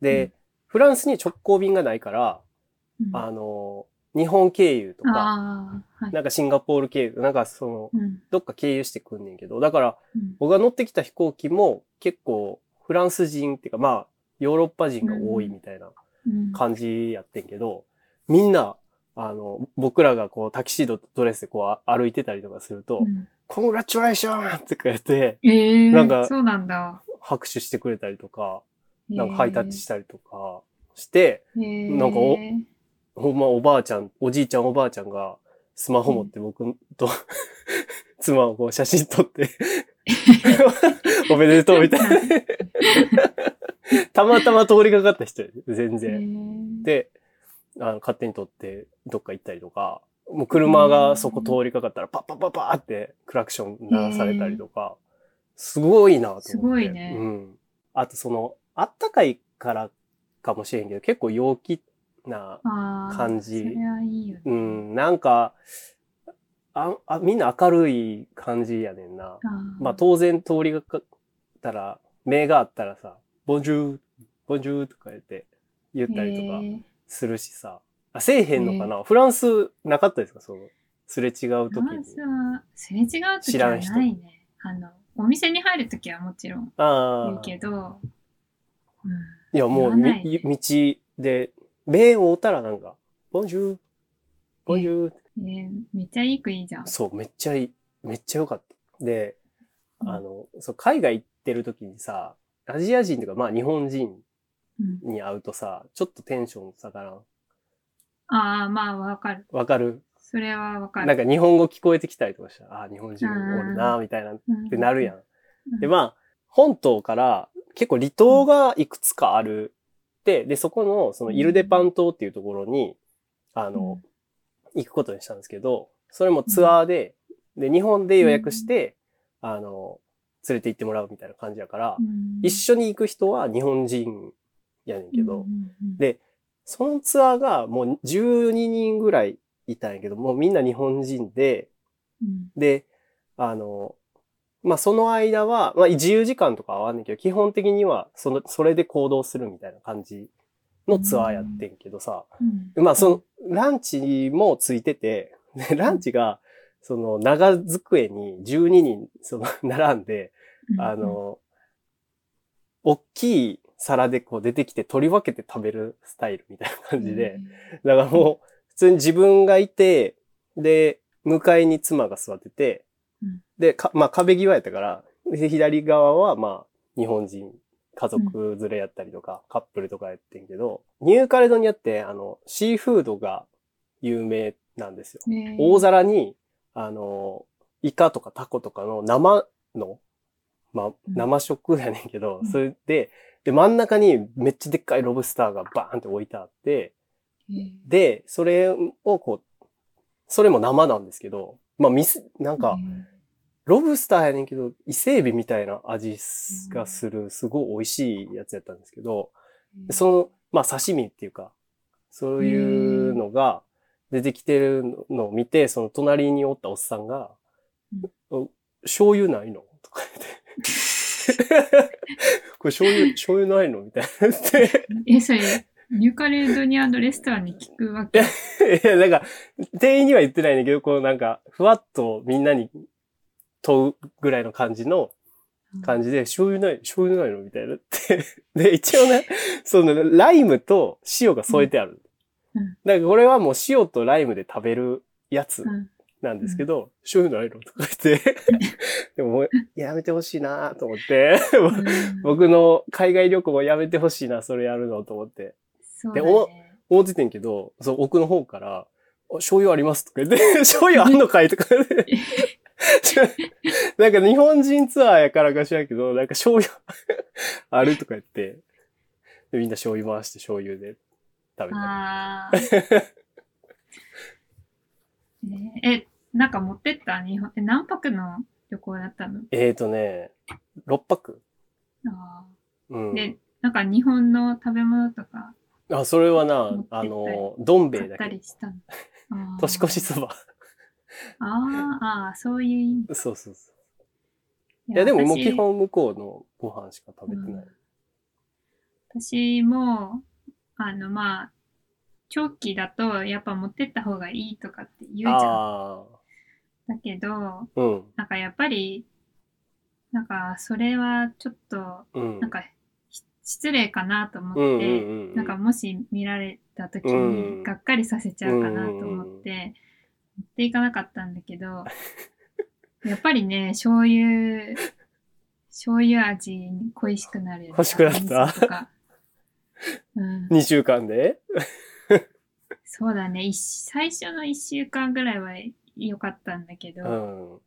[SPEAKER 2] う
[SPEAKER 1] で
[SPEAKER 2] ん、
[SPEAKER 1] フランスに直行便がないから、
[SPEAKER 2] うん
[SPEAKER 1] あの、日本経由とか、
[SPEAKER 2] ああ、はい。
[SPEAKER 1] なんかシンガポール経由、なんかその、
[SPEAKER 2] うん
[SPEAKER 1] どっか経由してくんねんけど、だから
[SPEAKER 2] うん
[SPEAKER 1] 僕が乗ってきた飛行機も結構フランス人っていうか、まあ、ヨーロッパ人が多いみたいな
[SPEAKER 2] うん
[SPEAKER 1] 感じやってんけど、みんな、あの、僕らがこう、タキシードとドレスでこうあ歩いてたりとかすると、
[SPEAKER 2] うん
[SPEAKER 1] コングラチュレーションって言って、
[SPEAKER 2] ええ
[SPEAKER 1] なんか
[SPEAKER 2] そうなんだ。
[SPEAKER 1] 拍手してくれたりとか、
[SPEAKER 2] ええ
[SPEAKER 1] なんかハイタッチしたりとかして、
[SPEAKER 2] ええ
[SPEAKER 1] なんかおほんまおばあちゃん、おじいちゃんおばあちゃんが、スマホ持って僕と、 [laughs] 妻をこう写真撮
[SPEAKER 2] [laughs]
[SPEAKER 1] って、おめでとうみたいな。たまたま通りかかった人やで全
[SPEAKER 2] え
[SPEAKER 1] 然。
[SPEAKER 2] え
[SPEAKER 1] で、あの勝手に取ってどっか行ったりとか、もう車がそこ通りかかったらパッパッパッパーってクラクション鳴らされたりとか、すごいなと思って。
[SPEAKER 2] すごいね
[SPEAKER 1] うん。あとその、あったかいからかもしれんけど、結構陽気な、
[SPEAKER 2] ああ
[SPEAKER 1] 感じ
[SPEAKER 2] それはいいよね。
[SPEAKER 1] うん、なんか、ああみんな明るい感じやねんな。
[SPEAKER 2] あー
[SPEAKER 1] まあ当然通りがかったら、目があったらさ、ボンジュー、ボンジューとか言って、言ったりとか
[SPEAKER 2] え。え
[SPEAKER 1] するしさ。あ、せえへんのかな、フランスなかったですかその、すれ違う時
[SPEAKER 2] フラン
[SPEAKER 1] に
[SPEAKER 2] ス。はすれ違う時はないね。あの、お店に入る時はもちろん言
[SPEAKER 1] あ
[SPEAKER 2] う
[SPEAKER 1] あ。
[SPEAKER 2] けど、うん、
[SPEAKER 1] いや、もう、
[SPEAKER 2] 言わない
[SPEAKER 1] み、道で、目を追ったらなんか、ボンジュー、ボンジュー。
[SPEAKER 2] えーめっちゃいい国じゃん。
[SPEAKER 1] そう、めっちゃいい、めっちゃ良かった。で、
[SPEAKER 2] うん
[SPEAKER 1] あの、そう、海外行ってる時にさ、アジア人とか、まあ日本人
[SPEAKER 2] うん、
[SPEAKER 1] に会うとさ、ちょっとテンション下がらん。
[SPEAKER 2] ああ、まあわかる。
[SPEAKER 1] わかる
[SPEAKER 2] それはわか
[SPEAKER 1] なん
[SPEAKER 2] る。
[SPEAKER 1] か日本語聞こえてきたりとかしたら、ああー、日本人おるな、みたいな、っ
[SPEAKER 2] って
[SPEAKER 1] なるやん。
[SPEAKER 2] ん
[SPEAKER 1] で、まあ、本島から結構離島がいくつかある。で、で、そこの、そのイルデパン島っていうところに、あの、行くことにしたんですけど、それもツアーで、で、日本で予約して、あの、連れて行ってもらうみたいな感じやから、一緒に行く人は日本人やねんけど、でそのツアーがもう12人ぐらいいたんやけど、もうみんな日本人で、で、あの、まあ、その間は、まあ、自由時間とかは合わんねんけど、基本的には、その、それで行動するみたいな感じのツアーやってんけどさ、まあ、その、ランチもついてて、でランチが、その、長机に12人、その、 [laughs] 並んで、
[SPEAKER 2] の
[SPEAKER 1] あ、の、大きい皿でこう出てきて取り分けて食べるスタイルみたいな感じで、だからもう、普通に自分がいて、で、向かいに妻が座ってて
[SPEAKER 2] うん、
[SPEAKER 1] で、かまあ壁際やったから、で左側はまあ日本人、家族連れやったりとか、カップルとかやってんけど、ニューカレドニアってあの、シーフードが有名なんですよ。
[SPEAKER 2] うんうんうん
[SPEAKER 1] 大皿に、あの、イカとかタコとかの生の、まあ、生食やねんけど、
[SPEAKER 2] うん
[SPEAKER 1] それで、で、真ん中にめっちゃでっかいロブスターがバーンって置いてあって、
[SPEAKER 2] えー
[SPEAKER 1] で、それをこう、それも生なんですけど、まあ、ミス、なんか、ロブスターやねんけど、伊勢エビみたいな味がする、すごい美味しいやつやったんですけど、でその、まあ刺身っていうか、そういうのが出てきてるのを見て、その隣におったおっさんが、お醤油ないのとか言って。 [laughs] これ醤油、醤油ないのみたいな [laughs] 言って。
[SPEAKER 2] え、それ、ニューカレドニアのレストランに聞くわけ。
[SPEAKER 1] いや、なんか、店員には言ってないんだけど、こうなんか、ふわっとみんなに問うぐらいの感じの感じで、醤油ない、醤油ないのみたいなって。 [laughs] で、一応ね、その、ライムと塩が添えてある。
[SPEAKER 2] うんうん
[SPEAKER 1] だからこれはもう塩とライムで食べるやつ
[SPEAKER 2] うん
[SPEAKER 1] なんですけど、醤油ないのとか言
[SPEAKER 2] [laughs]
[SPEAKER 1] って。でももう、やめてほしいなと思って。
[SPEAKER 2] うん
[SPEAKER 1] 僕の海外旅行をやめてほしいな、それやるのと思って。
[SPEAKER 2] そう
[SPEAKER 1] で
[SPEAKER 2] だ
[SPEAKER 1] お
[SPEAKER 2] ね。
[SPEAKER 1] 思っててんけど、その奥の方から、あ醤油ありますとか言って、 [laughs] 醤油あんのかいとか言って。 [laughs] なんか日本人ツアーやからかしらんけど、なんか醤油 [laughs] あるとか言って、でみんな醤油回して醤油で食べた
[SPEAKER 2] あ
[SPEAKER 1] [laughs]
[SPEAKER 2] あ。えーえ、なんか持ってった日本え、何泊の旅行だったの
[SPEAKER 1] り。えーとね、6泊
[SPEAKER 2] あ
[SPEAKER 1] う
[SPEAKER 2] ーで
[SPEAKER 1] ん。、
[SPEAKER 2] なんか日本の食べ物とか
[SPEAKER 1] あ、それは
[SPEAKER 2] 持っ
[SPEAKER 1] な
[SPEAKER 2] てっ、た
[SPEAKER 1] あ
[SPEAKER 2] り
[SPEAKER 1] の、どん兵
[SPEAKER 2] 買
[SPEAKER 1] 衛
[SPEAKER 2] っ
[SPEAKER 1] だ
[SPEAKER 2] た
[SPEAKER 1] け。
[SPEAKER 2] りしたの。あ
[SPEAKER 1] [laughs]
[SPEAKER 2] ー
[SPEAKER 1] 年越しそば。 [laughs]
[SPEAKER 2] あーあー、そういう意味。
[SPEAKER 1] そうそうそう。いや、でももう
[SPEAKER 2] 私
[SPEAKER 1] 基本向こうのご飯しか食べてない。
[SPEAKER 2] うん私も、あの、まあ、長期だとやっぱ持ってった方がいいとかって言うじゃん。
[SPEAKER 1] あ
[SPEAKER 2] だけど、
[SPEAKER 1] あ、うん、
[SPEAKER 2] なんかやっぱり、なんかそれはちょっと、
[SPEAKER 1] うん。
[SPEAKER 2] なんかし失礼かなと思って、
[SPEAKER 1] うんうんうん、
[SPEAKER 2] なんかもし見られた時
[SPEAKER 1] うん
[SPEAKER 2] にがっかりさせちゃうかなと思って、持っていかなかったんだけど、やっぱりね、醤油、醤油味に恋しくなるよね。
[SPEAKER 1] 欲しくなった
[SPEAKER 2] 味噌とかうん、
[SPEAKER 1] 2週間で
[SPEAKER 2] そうだね。一最初の1週間ぐらいは良かったんだけど、
[SPEAKER 1] うん。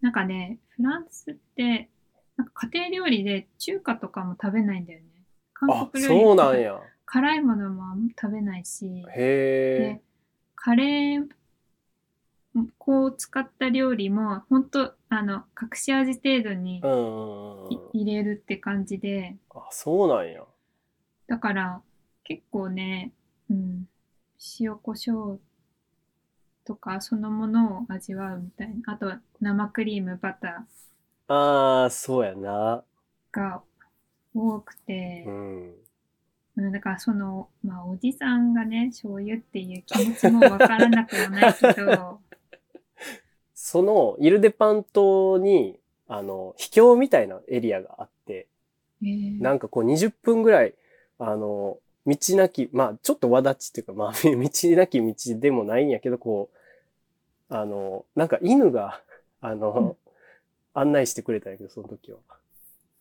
[SPEAKER 2] なんかね、フランスって、なんか家庭料理で中華とかも食べないんだよね。韓
[SPEAKER 1] あ、
[SPEAKER 2] 国料理
[SPEAKER 1] そうなんや。
[SPEAKER 2] 辛いものもあんま食べないし、
[SPEAKER 1] へ
[SPEAKER 2] でカレー粉を使った料理も本当あの隠し味程度に
[SPEAKER 1] え。うんうんうん
[SPEAKER 2] い。入れるって感じで
[SPEAKER 1] あ、そうなんや。
[SPEAKER 2] だから結構ね、うん、塩コショウとかそのものを味わうみたいなあと生クリームバタ
[SPEAKER 1] ああ、そうやな。
[SPEAKER 2] ーが多くて
[SPEAKER 1] う、ん。
[SPEAKER 2] うん、だからその、まあ、おじさんがね醤油っていう気持ちもわからなくもないけ
[SPEAKER 1] [laughs]
[SPEAKER 2] ど
[SPEAKER 1] その、イルデパン島に、あの、秘境みたいなエリアがあって、
[SPEAKER 2] えー
[SPEAKER 1] なんかこう20分ぐらい、あの、道なき、まあちょっとわだちっていうか、まあ [laughs] 道なき道でもないんやけど、こう、あの、なんか犬が、あの、案内してくれたんやけど、その時は。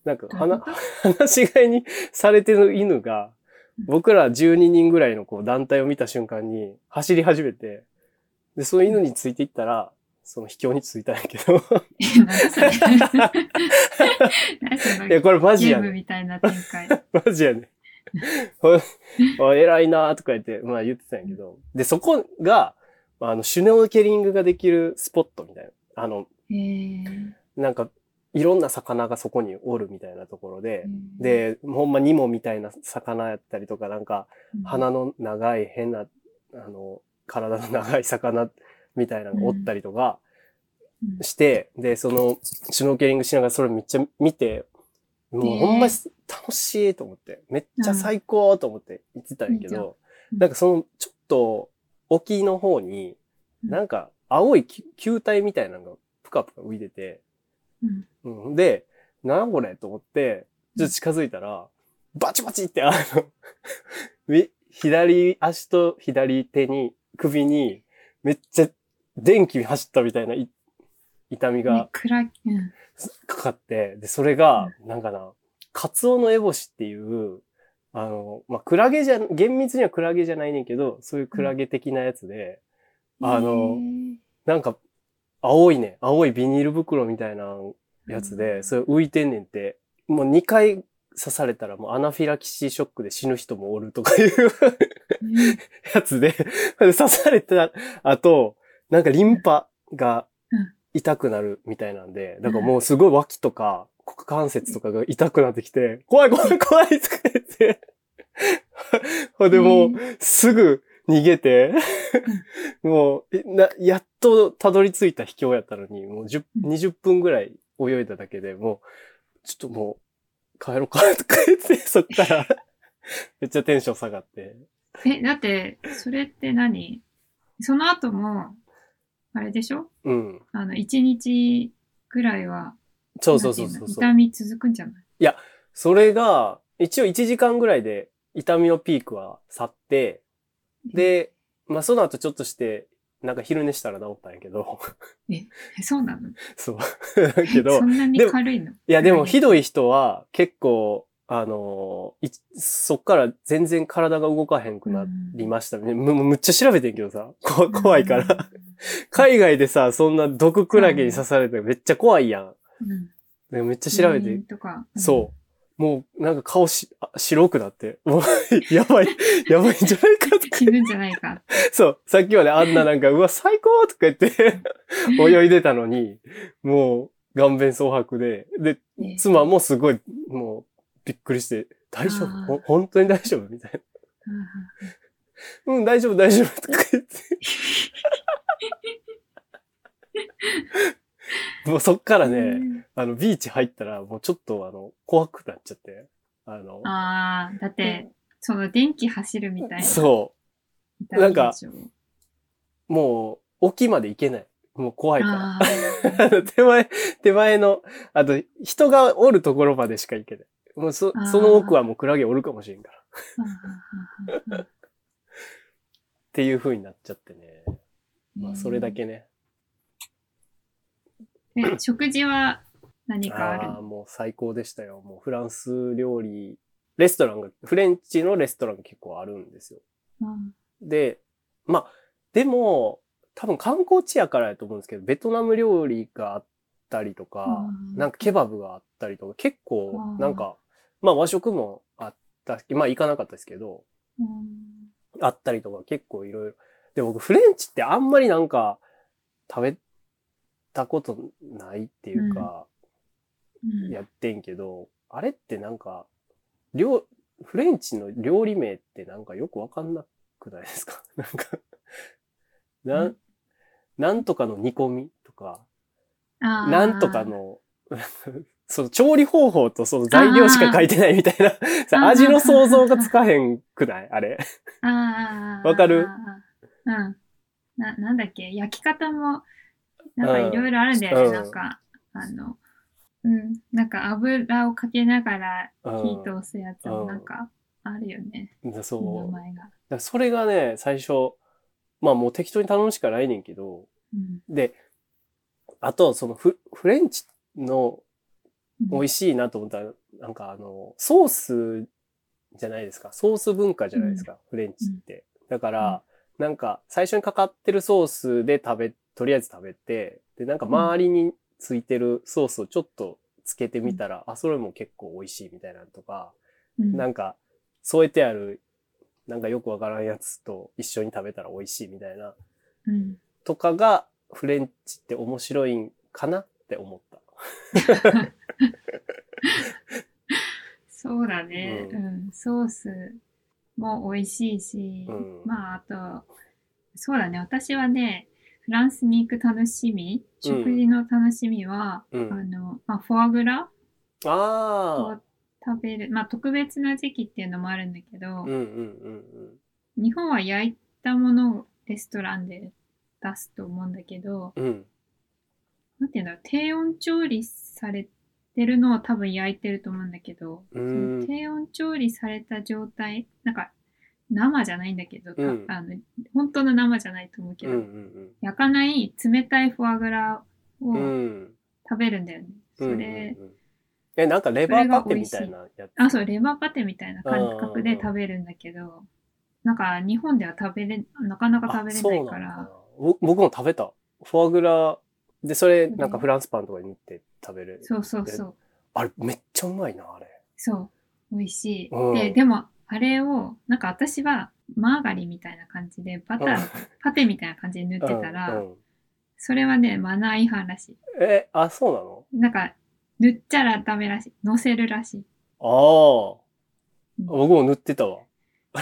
[SPEAKER 1] なんか、
[SPEAKER 2] どうい
[SPEAKER 1] 話
[SPEAKER 2] うこと
[SPEAKER 1] 話し飼いに [laughs] されてる犬が、
[SPEAKER 2] うん
[SPEAKER 1] 僕ら12人ぐらいのこう団体を見た瞬間に走り始めて、で、その犬についていったら、その秘境に [laughs] ついたんやけ
[SPEAKER 2] [laughs]
[SPEAKER 1] ど。
[SPEAKER 2] えなんだそれ何そ
[SPEAKER 1] いや、
[SPEAKER 2] れ
[SPEAKER 1] これマジ
[SPEAKER 2] ゲ
[SPEAKER 1] や
[SPEAKER 2] ー
[SPEAKER 1] ね
[SPEAKER 2] ムみたいな展開。
[SPEAKER 1] [laughs] マジやね。ほ [laughs] お偉いなーとか言って、まあ言ってたんやけど。で、そこが、あの、シュノーケリングができるスポットみたいな。あの、
[SPEAKER 2] えー
[SPEAKER 1] なんか、いろんな魚がそこにおるみたいなところで、、
[SPEAKER 2] え
[SPEAKER 1] で、ほんまニモみたいな魚やったりとか、なんか、
[SPEAKER 2] ー、
[SPEAKER 1] 鼻の長い変な、あの、体の長い魚みたいなのがおったりとか
[SPEAKER 2] うん
[SPEAKER 1] して、で、その、シュノーケリングしながらそれめっちゃ見て、もうほんまに楽しいと思って、めっちゃ最高と思って言ってたんやけ
[SPEAKER 2] うんいい
[SPEAKER 1] ど、
[SPEAKER 2] じゃん
[SPEAKER 1] なんかその、ちょっと、沖の方に、
[SPEAKER 2] うん
[SPEAKER 1] なんか青い球球体みたいなのがぷかぷか浮いてて、
[SPEAKER 2] うん
[SPEAKER 1] うん、で、なんこれと思って、ちょっと近づいたら、バチバチって、あの、 [laughs] み左足と左手に、首に、めっちゃ電気走ったみたいない痛み
[SPEAKER 2] ね
[SPEAKER 1] が
[SPEAKER 2] 暗い、うん
[SPEAKER 1] かかって、で、それが、なんかな、カツオのエボシっていう、あの、まあ、クラゲじゃ、厳密にはクラゲじゃないねんけど、そういうクラゲ的なやつで、あのなんか、青いね、青いビニール袋みたいなやつで、それ浮いてんねんって、もう2回刺されたらもうアナフィラキシーショックで死ぬ人もおるとかいう [laughs]
[SPEAKER 2] えー
[SPEAKER 1] やつで、刺された後、なんかリンパが
[SPEAKER 2] うん
[SPEAKER 1] 痛くなるみたいなんで、だからもうすごい脇とか、股関節とかが痛くなってきて、怖い怖い怖いとか言って、 [laughs] ほんでもう、すぐ逃げて、もう、えな、やっとたどり着いた秘境やったのに、もう10
[SPEAKER 2] うん
[SPEAKER 1] 20分ぐらい泳いだだけでもう、ちょっともう、帰ろうか、とか言
[SPEAKER 2] [laughs]
[SPEAKER 1] って、そっから、めっちゃテンション下がって。
[SPEAKER 2] え、だって、それって何その後も、あれでしょ
[SPEAKER 1] うん。
[SPEAKER 2] あの、一日ぐらいは、
[SPEAKER 1] そうそうそう
[SPEAKER 2] なんてい
[SPEAKER 1] そうう
[SPEAKER 2] の
[SPEAKER 1] そう。
[SPEAKER 2] 痛み続くんじゃない
[SPEAKER 1] それが、一応1時間ぐらいで痛みのピークは去って、で、まあその後ちょっとして、なんか昼寝したら治ったんやけど、 [laughs]
[SPEAKER 2] えそうなの
[SPEAKER 1] そう。
[SPEAKER 2] [laughs]
[SPEAKER 1] だけど
[SPEAKER 2] そ、んなに軽いの
[SPEAKER 1] いやで
[SPEAKER 2] う
[SPEAKER 1] も
[SPEAKER 2] ん
[SPEAKER 1] ひどい人は結構、あのいそっから全然体が動かへんくなりましたね。むむっちゃ調べてんけどさ、こ怖い
[SPEAKER 2] [laughs]
[SPEAKER 1] から。。海外でさ、そんな毒クラゲに刺されてめっちゃ怖いやん。
[SPEAKER 2] うんうん
[SPEAKER 1] でめっちゃ調べて
[SPEAKER 2] 病院とか。
[SPEAKER 1] そう。もう、なんか顔し、あ白くなって、もう、 [laughs] やばい、やばいんじゃないかと
[SPEAKER 2] [laughs] うん。死ぬんじゃないか。
[SPEAKER 1] そう、さっきまであんななんか、うわ、最高とか言
[SPEAKER 2] [laughs]
[SPEAKER 1] って、泳いでたのに、もう、顔面蒼白で、で、
[SPEAKER 2] ね
[SPEAKER 1] [laughs] 妻もすごい、もう、びっくりして、大丈夫
[SPEAKER 2] あー
[SPEAKER 1] ほ本当に大丈夫みたいな。
[SPEAKER 2] うん
[SPEAKER 1] うん、大丈夫、大丈夫とか言っ
[SPEAKER 2] [laughs]
[SPEAKER 1] て。もうそっからね、あの、ビーチ入ったら、もうちょっと、あの、怖くなっちゃって、あの、
[SPEAKER 2] ああ、だって、その電気走るみたいな。
[SPEAKER 1] そう。
[SPEAKER 2] 痛みでし
[SPEAKER 1] な
[SPEAKER 2] ょ
[SPEAKER 1] んかもう、沖まで行けない。もう怖いから。あ
[SPEAKER 2] あ [laughs] ー
[SPEAKER 1] の [laughs] 手前、手前の、あと、人がおるところまでしか行けない。もうそ
[SPEAKER 2] あ、ー
[SPEAKER 1] その奥はもうクラゲおるかもしれんから。っ
[SPEAKER 2] うんうんうんうん
[SPEAKER 1] ていう風になっちゃってね。まあ、それだ。けね。
[SPEAKER 2] え食事は何かある
[SPEAKER 1] ああー、もう最高でしたよ。もうフランス料理、レストランが、フレンチのレストランが結構あるんですよ。
[SPEAKER 2] の
[SPEAKER 1] で、まあ、でも、多分観光地やからやと思うんですけど、ベトナム料理があったりとか
[SPEAKER 2] う、ん
[SPEAKER 1] なんかケバブがあったりとか、結構
[SPEAKER 2] うん、
[SPEAKER 1] なんか、まあ和食もあった、まあ行かなかったですけど、
[SPEAKER 2] うん
[SPEAKER 1] あったりとか結構いろいろ。で、僕フレンチってあんまりなんか食べたことないっていうか、
[SPEAKER 2] うん
[SPEAKER 1] やってんけど、あれってなんか、料、フレンチの料理名ってなんかよくわかんなくないですか [laughs] なんか、な
[SPEAKER 2] うん
[SPEAKER 1] ん、なんとかの煮込みとか、
[SPEAKER 2] あー
[SPEAKER 1] なんとかの、 [laughs] その調理方法とその材料しか書いてないみたい
[SPEAKER 2] [laughs]
[SPEAKER 1] な、さ
[SPEAKER 2] あー
[SPEAKER 1] 味の想像がつかへんくないあれ。
[SPEAKER 2] あー
[SPEAKER 1] わかる
[SPEAKER 2] うん。な、なんだっけ焼き方も、なんか
[SPEAKER 1] うん
[SPEAKER 2] いろいろあるんだよね。
[SPEAKER 1] うん
[SPEAKER 2] なんか、あの、うん。なんか油をかけながら
[SPEAKER 1] う
[SPEAKER 2] 火
[SPEAKER 1] ん
[SPEAKER 2] 通すやつ
[SPEAKER 1] う
[SPEAKER 2] も
[SPEAKER 1] ん
[SPEAKER 2] なんかあるよね。
[SPEAKER 1] そう。
[SPEAKER 2] 名
[SPEAKER 1] だか
[SPEAKER 2] 前が。
[SPEAKER 1] らそれがね、最初、まあもう適当に頼むしかないねんけど、
[SPEAKER 2] うん。
[SPEAKER 1] で、あと、そのフフレンチの美味
[SPEAKER 2] しい
[SPEAKER 1] しいなと思ったら、なんかあの、ソースじゃないですか。ソース文化じゃないですか、フレンチって。だから、なんか最初にかかってるソースで食べ、とりあえず食べて、で、なんか周りについてるソースをちょっとつけてみたら、あ、それも結構美味しいみたいなのとか、
[SPEAKER 2] うん
[SPEAKER 1] なんか添えてある、なんかよくわからんやつと一緒に食べたら美味しいみたいな
[SPEAKER 2] うん。
[SPEAKER 1] とかがフレンチって面白いんかなって思った。
[SPEAKER 2] そうだね、う。
[SPEAKER 1] うん
[SPEAKER 2] ソースも美味しいし、
[SPEAKER 1] うん
[SPEAKER 2] まあ、あと、そうだね。私はね、フランスに行く楽しみ、
[SPEAKER 1] うん
[SPEAKER 2] 食事の楽しみは、
[SPEAKER 1] うん
[SPEAKER 2] あの、まあ、フォアグラを
[SPEAKER 1] ああ。
[SPEAKER 2] 食べる、まあ、特別な時期っていうのもあるんだけど、
[SPEAKER 1] うんうんうん
[SPEAKER 2] 日本は焼いたものをレストランで出すと思うんだけど、
[SPEAKER 1] うん。うん。
[SPEAKER 2] なんていうんだろう、低温調理されてるのを多分焼いてると思うんだけど、
[SPEAKER 1] う
[SPEAKER 2] その
[SPEAKER 1] ん。
[SPEAKER 2] 低温調理された状態なんか生じゃないんだけど、た
[SPEAKER 1] うん
[SPEAKER 2] あの本当の生じゃないと思うけ
[SPEAKER 1] うん
[SPEAKER 2] ど、
[SPEAKER 1] うん
[SPEAKER 2] 焼かない冷たいフォアグラ
[SPEAKER 1] うん。う
[SPEAKER 2] を
[SPEAKER 1] ん。
[SPEAKER 2] 食べるんだよね、
[SPEAKER 1] うんうん
[SPEAKER 2] そ
[SPEAKER 1] う
[SPEAKER 2] れ、
[SPEAKER 1] ん。え、なんかレバーパテみたいなやつ。
[SPEAKER 2] あそうレバーパテみたいな感覚で食べるんだけどなんか日本では食べれなかなか食べれないか
[SPEAKER 1] あ
[SPEAKER 2] ら。
[SPEAKER 1] そうなんだぼ僕も食べた。フォアグラで、それなんかフランスパンとかに塗って食べる。
[SPEAKER 2] そうそうそう
[SPEAKER 1] あれ、めっちゃうまいな、あれ。
[SPEAKER 2] そう美味しい、
[SPEAKER 1] うん
[SPEAKER 2] ででもあれをなんか私はマーガリンみたいな感じでバター、
[SPEAKER 1] うん
[SPEAKER 2] パテみたいな感じで塗ってたら、
[SPEAKER 1] うん
[SPEAKER 2] それはね、マナー違反らしい。
[SPEAKER 1] え、あ、そうなの
[SPEAKER 2] なんか、塗っちゃらダメらしい。乗せるらしい。
[SPEAKER 1] ああ。
[SPEAKER 2] うん
[SPEAKER 1] 僕も塗ってたわ。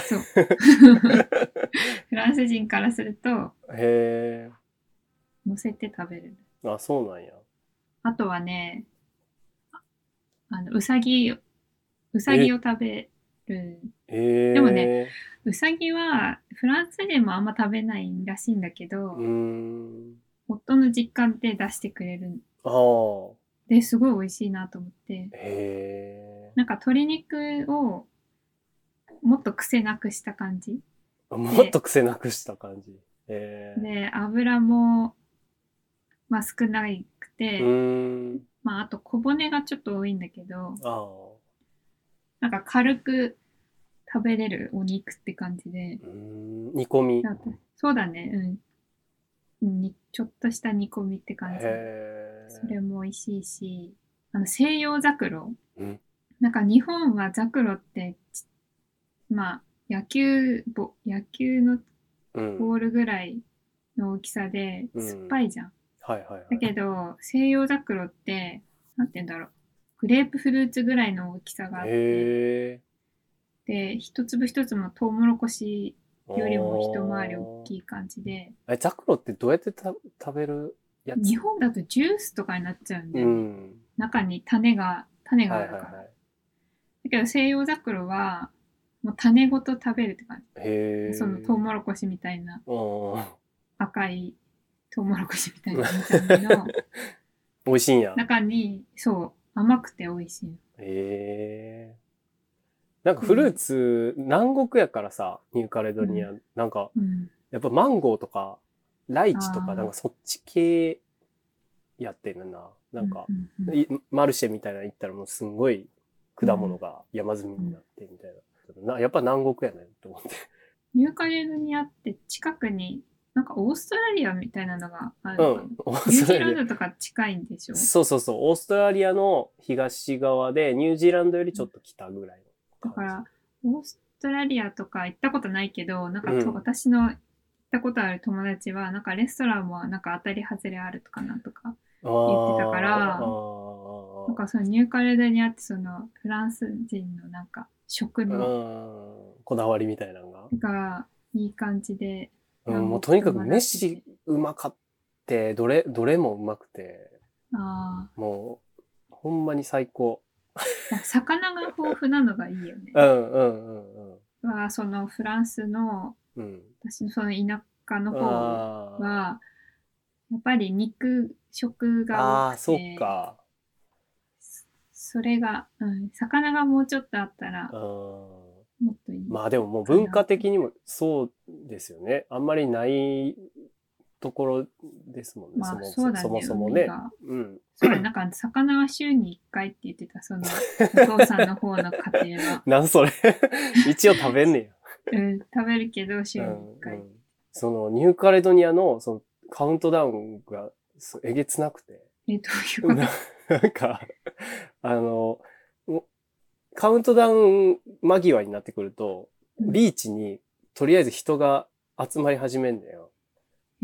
[SPEAKER 2] そう。フランス人からすると、
[SPEAKER 1] へ
[SPEAKER 2] 乗せて食べる。
[SPEAKER 1] え。あ、そうなんや。
[SPEAKER 2] あとはね、あの、うさぎ、うさぎを食べる。
[SPEAKER 1] へえ。
[SPEAKER 2] でもね。うさぎは、フランス人もあんま食べないらしいんだけど、
[SPEAKER 1] うーん。
[SPEAKER 2] 夫の実家で出してくれるん
[SPEAKER 1] ああ。
[SPEAKER 2] で、すごい美味しいなと思って、
[SPEAKER 1] へえ。
[SPEAKER 2] なんか鶏肉をもっと癖なくした感じ。
[SPEAKER 1] もっと癖なくした感じ。へえ。
[SPEAKER 2] で、油も、まあ少なく
[SPEAKER 1] う
[SPEAKER 2] て、
[SPEAKER 1] ーん。
[SPEAKER 2] まああと小骨がちょっと多いんだけど、
[SPEAKER 1] ああ。
[SPEAKER 2] なんか軽く食べれるお肉って感じで
[SPEAKER 1] う、ーん。煮込み。へ
[SPEAKER 2] なんかそうだね、うん。にちょっとした煮込みって感じ。
[SPEAKER 1] え。
[SPEAKER 2] それも美味しいし、あの西洋ザクロ。
[SPEAKER 1] うん
[SPEAKER 2] なんか日本はザクロってち、まあ野球ボ、野球の
[SPEAKER 1] うん。
[SPEAKER 2] ボ
[SPEAKER 1] は
[SPEAKER 2] ールぐらいの大きさで
[SPEAKER 1] うん
[SPEAKER 2] 酸っぱいじゃん。
[SPEAKER 1] いはいはい。
[SPEAKER 2] だけど、西洋ザクロって、なんて言うんだろう。グレープフルーツぐらいの大きさがあって、
[SPEAKER 1] へえ。
[SPEAKER 2] で、一粒一つもトウモロコシよりも一回り大き
[SPEAKER 1] い。
[SPEAKER 2] い感じで、
[SPEAKER 1] え、ザクロってどうやってた食べるやつ
[SPEAKER 2] 日本だとジュースとかになっちゃうんだ
[SPEAKER 1] う
[SPEAKER 2] よね、
[SPEAKER 1] ん。
[SPEAKER 2] 中に種が、種が
[SPEAKER 1] は
[SPEAKER 2] あ
[SPEAKER 1] い
[SPEAKER 2] る
[SPEAKER 1] はい
[SPEAKER 2] から。
[SPEAKER 1] はい。
[SPEAKER 2] だけど西洋ザクロは、もう種ごと食べるって感
[SPEAKER 1] へえ。
[SPEAKER 2] じ。そのトウモロコシみたいな、
[SPEAKER 1] うん。
[SPEAKER 2] 赤いトウモロコシみたいな見た目
[SPEAKER 1] [laughs]
[SPEAKER 2] の
[SPEAKER 1] 美味しいんや。
[SPEAKER 2] 中に、そう、甘くて美味しい。
[SPEAKER 1] へえ。なんかフルーツ、南国やからさ、ニューカレドニア、なんか、
[SPEAKER 2] うん。
[SPEAKER 1] やっぱマンゴーとか、ライチと
[SPEAKER 2] あ
[SPEAKER 1] か、
[SPEAKER 2] ー
[SPEAKER 1] なんかそっち系やってんねんな。なんか
[SPEAKER 2] う、んうんうん
[SPEAKER 1] いマルシェみたいなの行ったらもうすんごい果物が山積みになってみたいな。なやっぱ南国やねんと思って。
[SPEAKER 2] ニューカレドニアって近くに、なんかオーストラリアみたいなのがある
[SPEAKER 1] う
[SPEAKER 2] のかな。
[SPEAKER 1] ん。オー
[SPEAKER 2] ニュ
[SPEAKER 1] ス
[SPEAKER 2] ージ
[SPEAKER 1] トラ
[SPEAKER 2] ーラン
[SPEAKER 1] リア。
[SPEAKER 2] ドとか近いんでしょ
[SPEAKER 1] そうそうそう。オーストラリアの東側で、ニュージーランドよりちょっと北ぐらい
[SPEAKER 2] だ
[SPEAKER 1] の
[SPEAKER 2] か
[SPEAKER 1] 感じ。
[SPEAKER 2] ら、オーストラリアとか行ったことないけど、なんかと、
[SPEAKER 1] うん
[SPEAKER 2] 私の行ったことある友達は、なんかレストランもなんか当たり外れあるとかなんとか、言ってたから
[SPEAKER 1] あーあー
[SPEAKER 2] なんかそのニューカレドニアってそのフランス人のなんか食
[SPEAKER 1] う
[SPEAKER 2] の
[SPEAKER 1] んこだわりみたいなのが。
[SPEAKER 2] がいい感じで、
[SPEAKER 1] うん、もうとにかく飯うまかって、どれ、どれもうまくて、
[SPEAKER 2] あ
[SPEAKER 1] もう、ほんまに最高。
[SPEAKER 2] あ、魚が豊富なのがいいよね
[SPEAKER 1] う。んうんうんうん。
[SPEAKER 2] は、そのフランスの、
[SPEAKER 1] うん。
[SPEAKER 2] 私のその田舎の方
[SPEAKER 1] あ
[SPEAKER 2] は、やっぱり肉食
[SPEAKER 1] ー
[SPEAKER 2] が
[SPEAKER 1] あ
[SPEAKER 2] 多
[SPEAKER 1] ー、
[SPEAKER 2] く
[SPEAKER 1] そ
[SPEAKER 2] て、
[SPEAKER 1] っか。
[SPEAKER 2] それが、うん、魚がもうちょっとあったら
[SPEAKER 1] う、ん。
[SPEAKER 2] もっといい。
[SPEAKER 1] まあでももう文化的にもそうですよね。あんまりないところですもんね。
[SPEAKER 2] まあ、
[SPEAKER 1] そも
[SPEAKER 2] そうだね。
[SPEAKER 1] そもそも
[SPEAKER 2] 海
[SPEAKER 1] ね。
[SPEAKER 2] が
[SPEAKER 1] うん。。
[SPEAKER 2] そうだ、なんか、魚は週に1回って言ってた、その、お父さんの方の家庭は
[SPEAKER 1] なんそれ。 [laughs] 一応食べんねや。
[SPEAKER 2] うん、食べるけど、週
[SPEAKER 1] う
[SPEAKER 2] に1
[SPEAKER 1] んう
[SPEAKER 2] 回。
[SPEAKER 1] んそのニューカレドニアのそのカウントダウンがそうえげつなくて、
[SPEAKER 2] え、どういうこと
[SPEAKER 1] な [laughs] なんか、あの、もカウントダウン間際になってくると、
[SPEAKER 2] うん
[SPEAKER 1] ビーチにとりあえず人が集まり始めんだよ。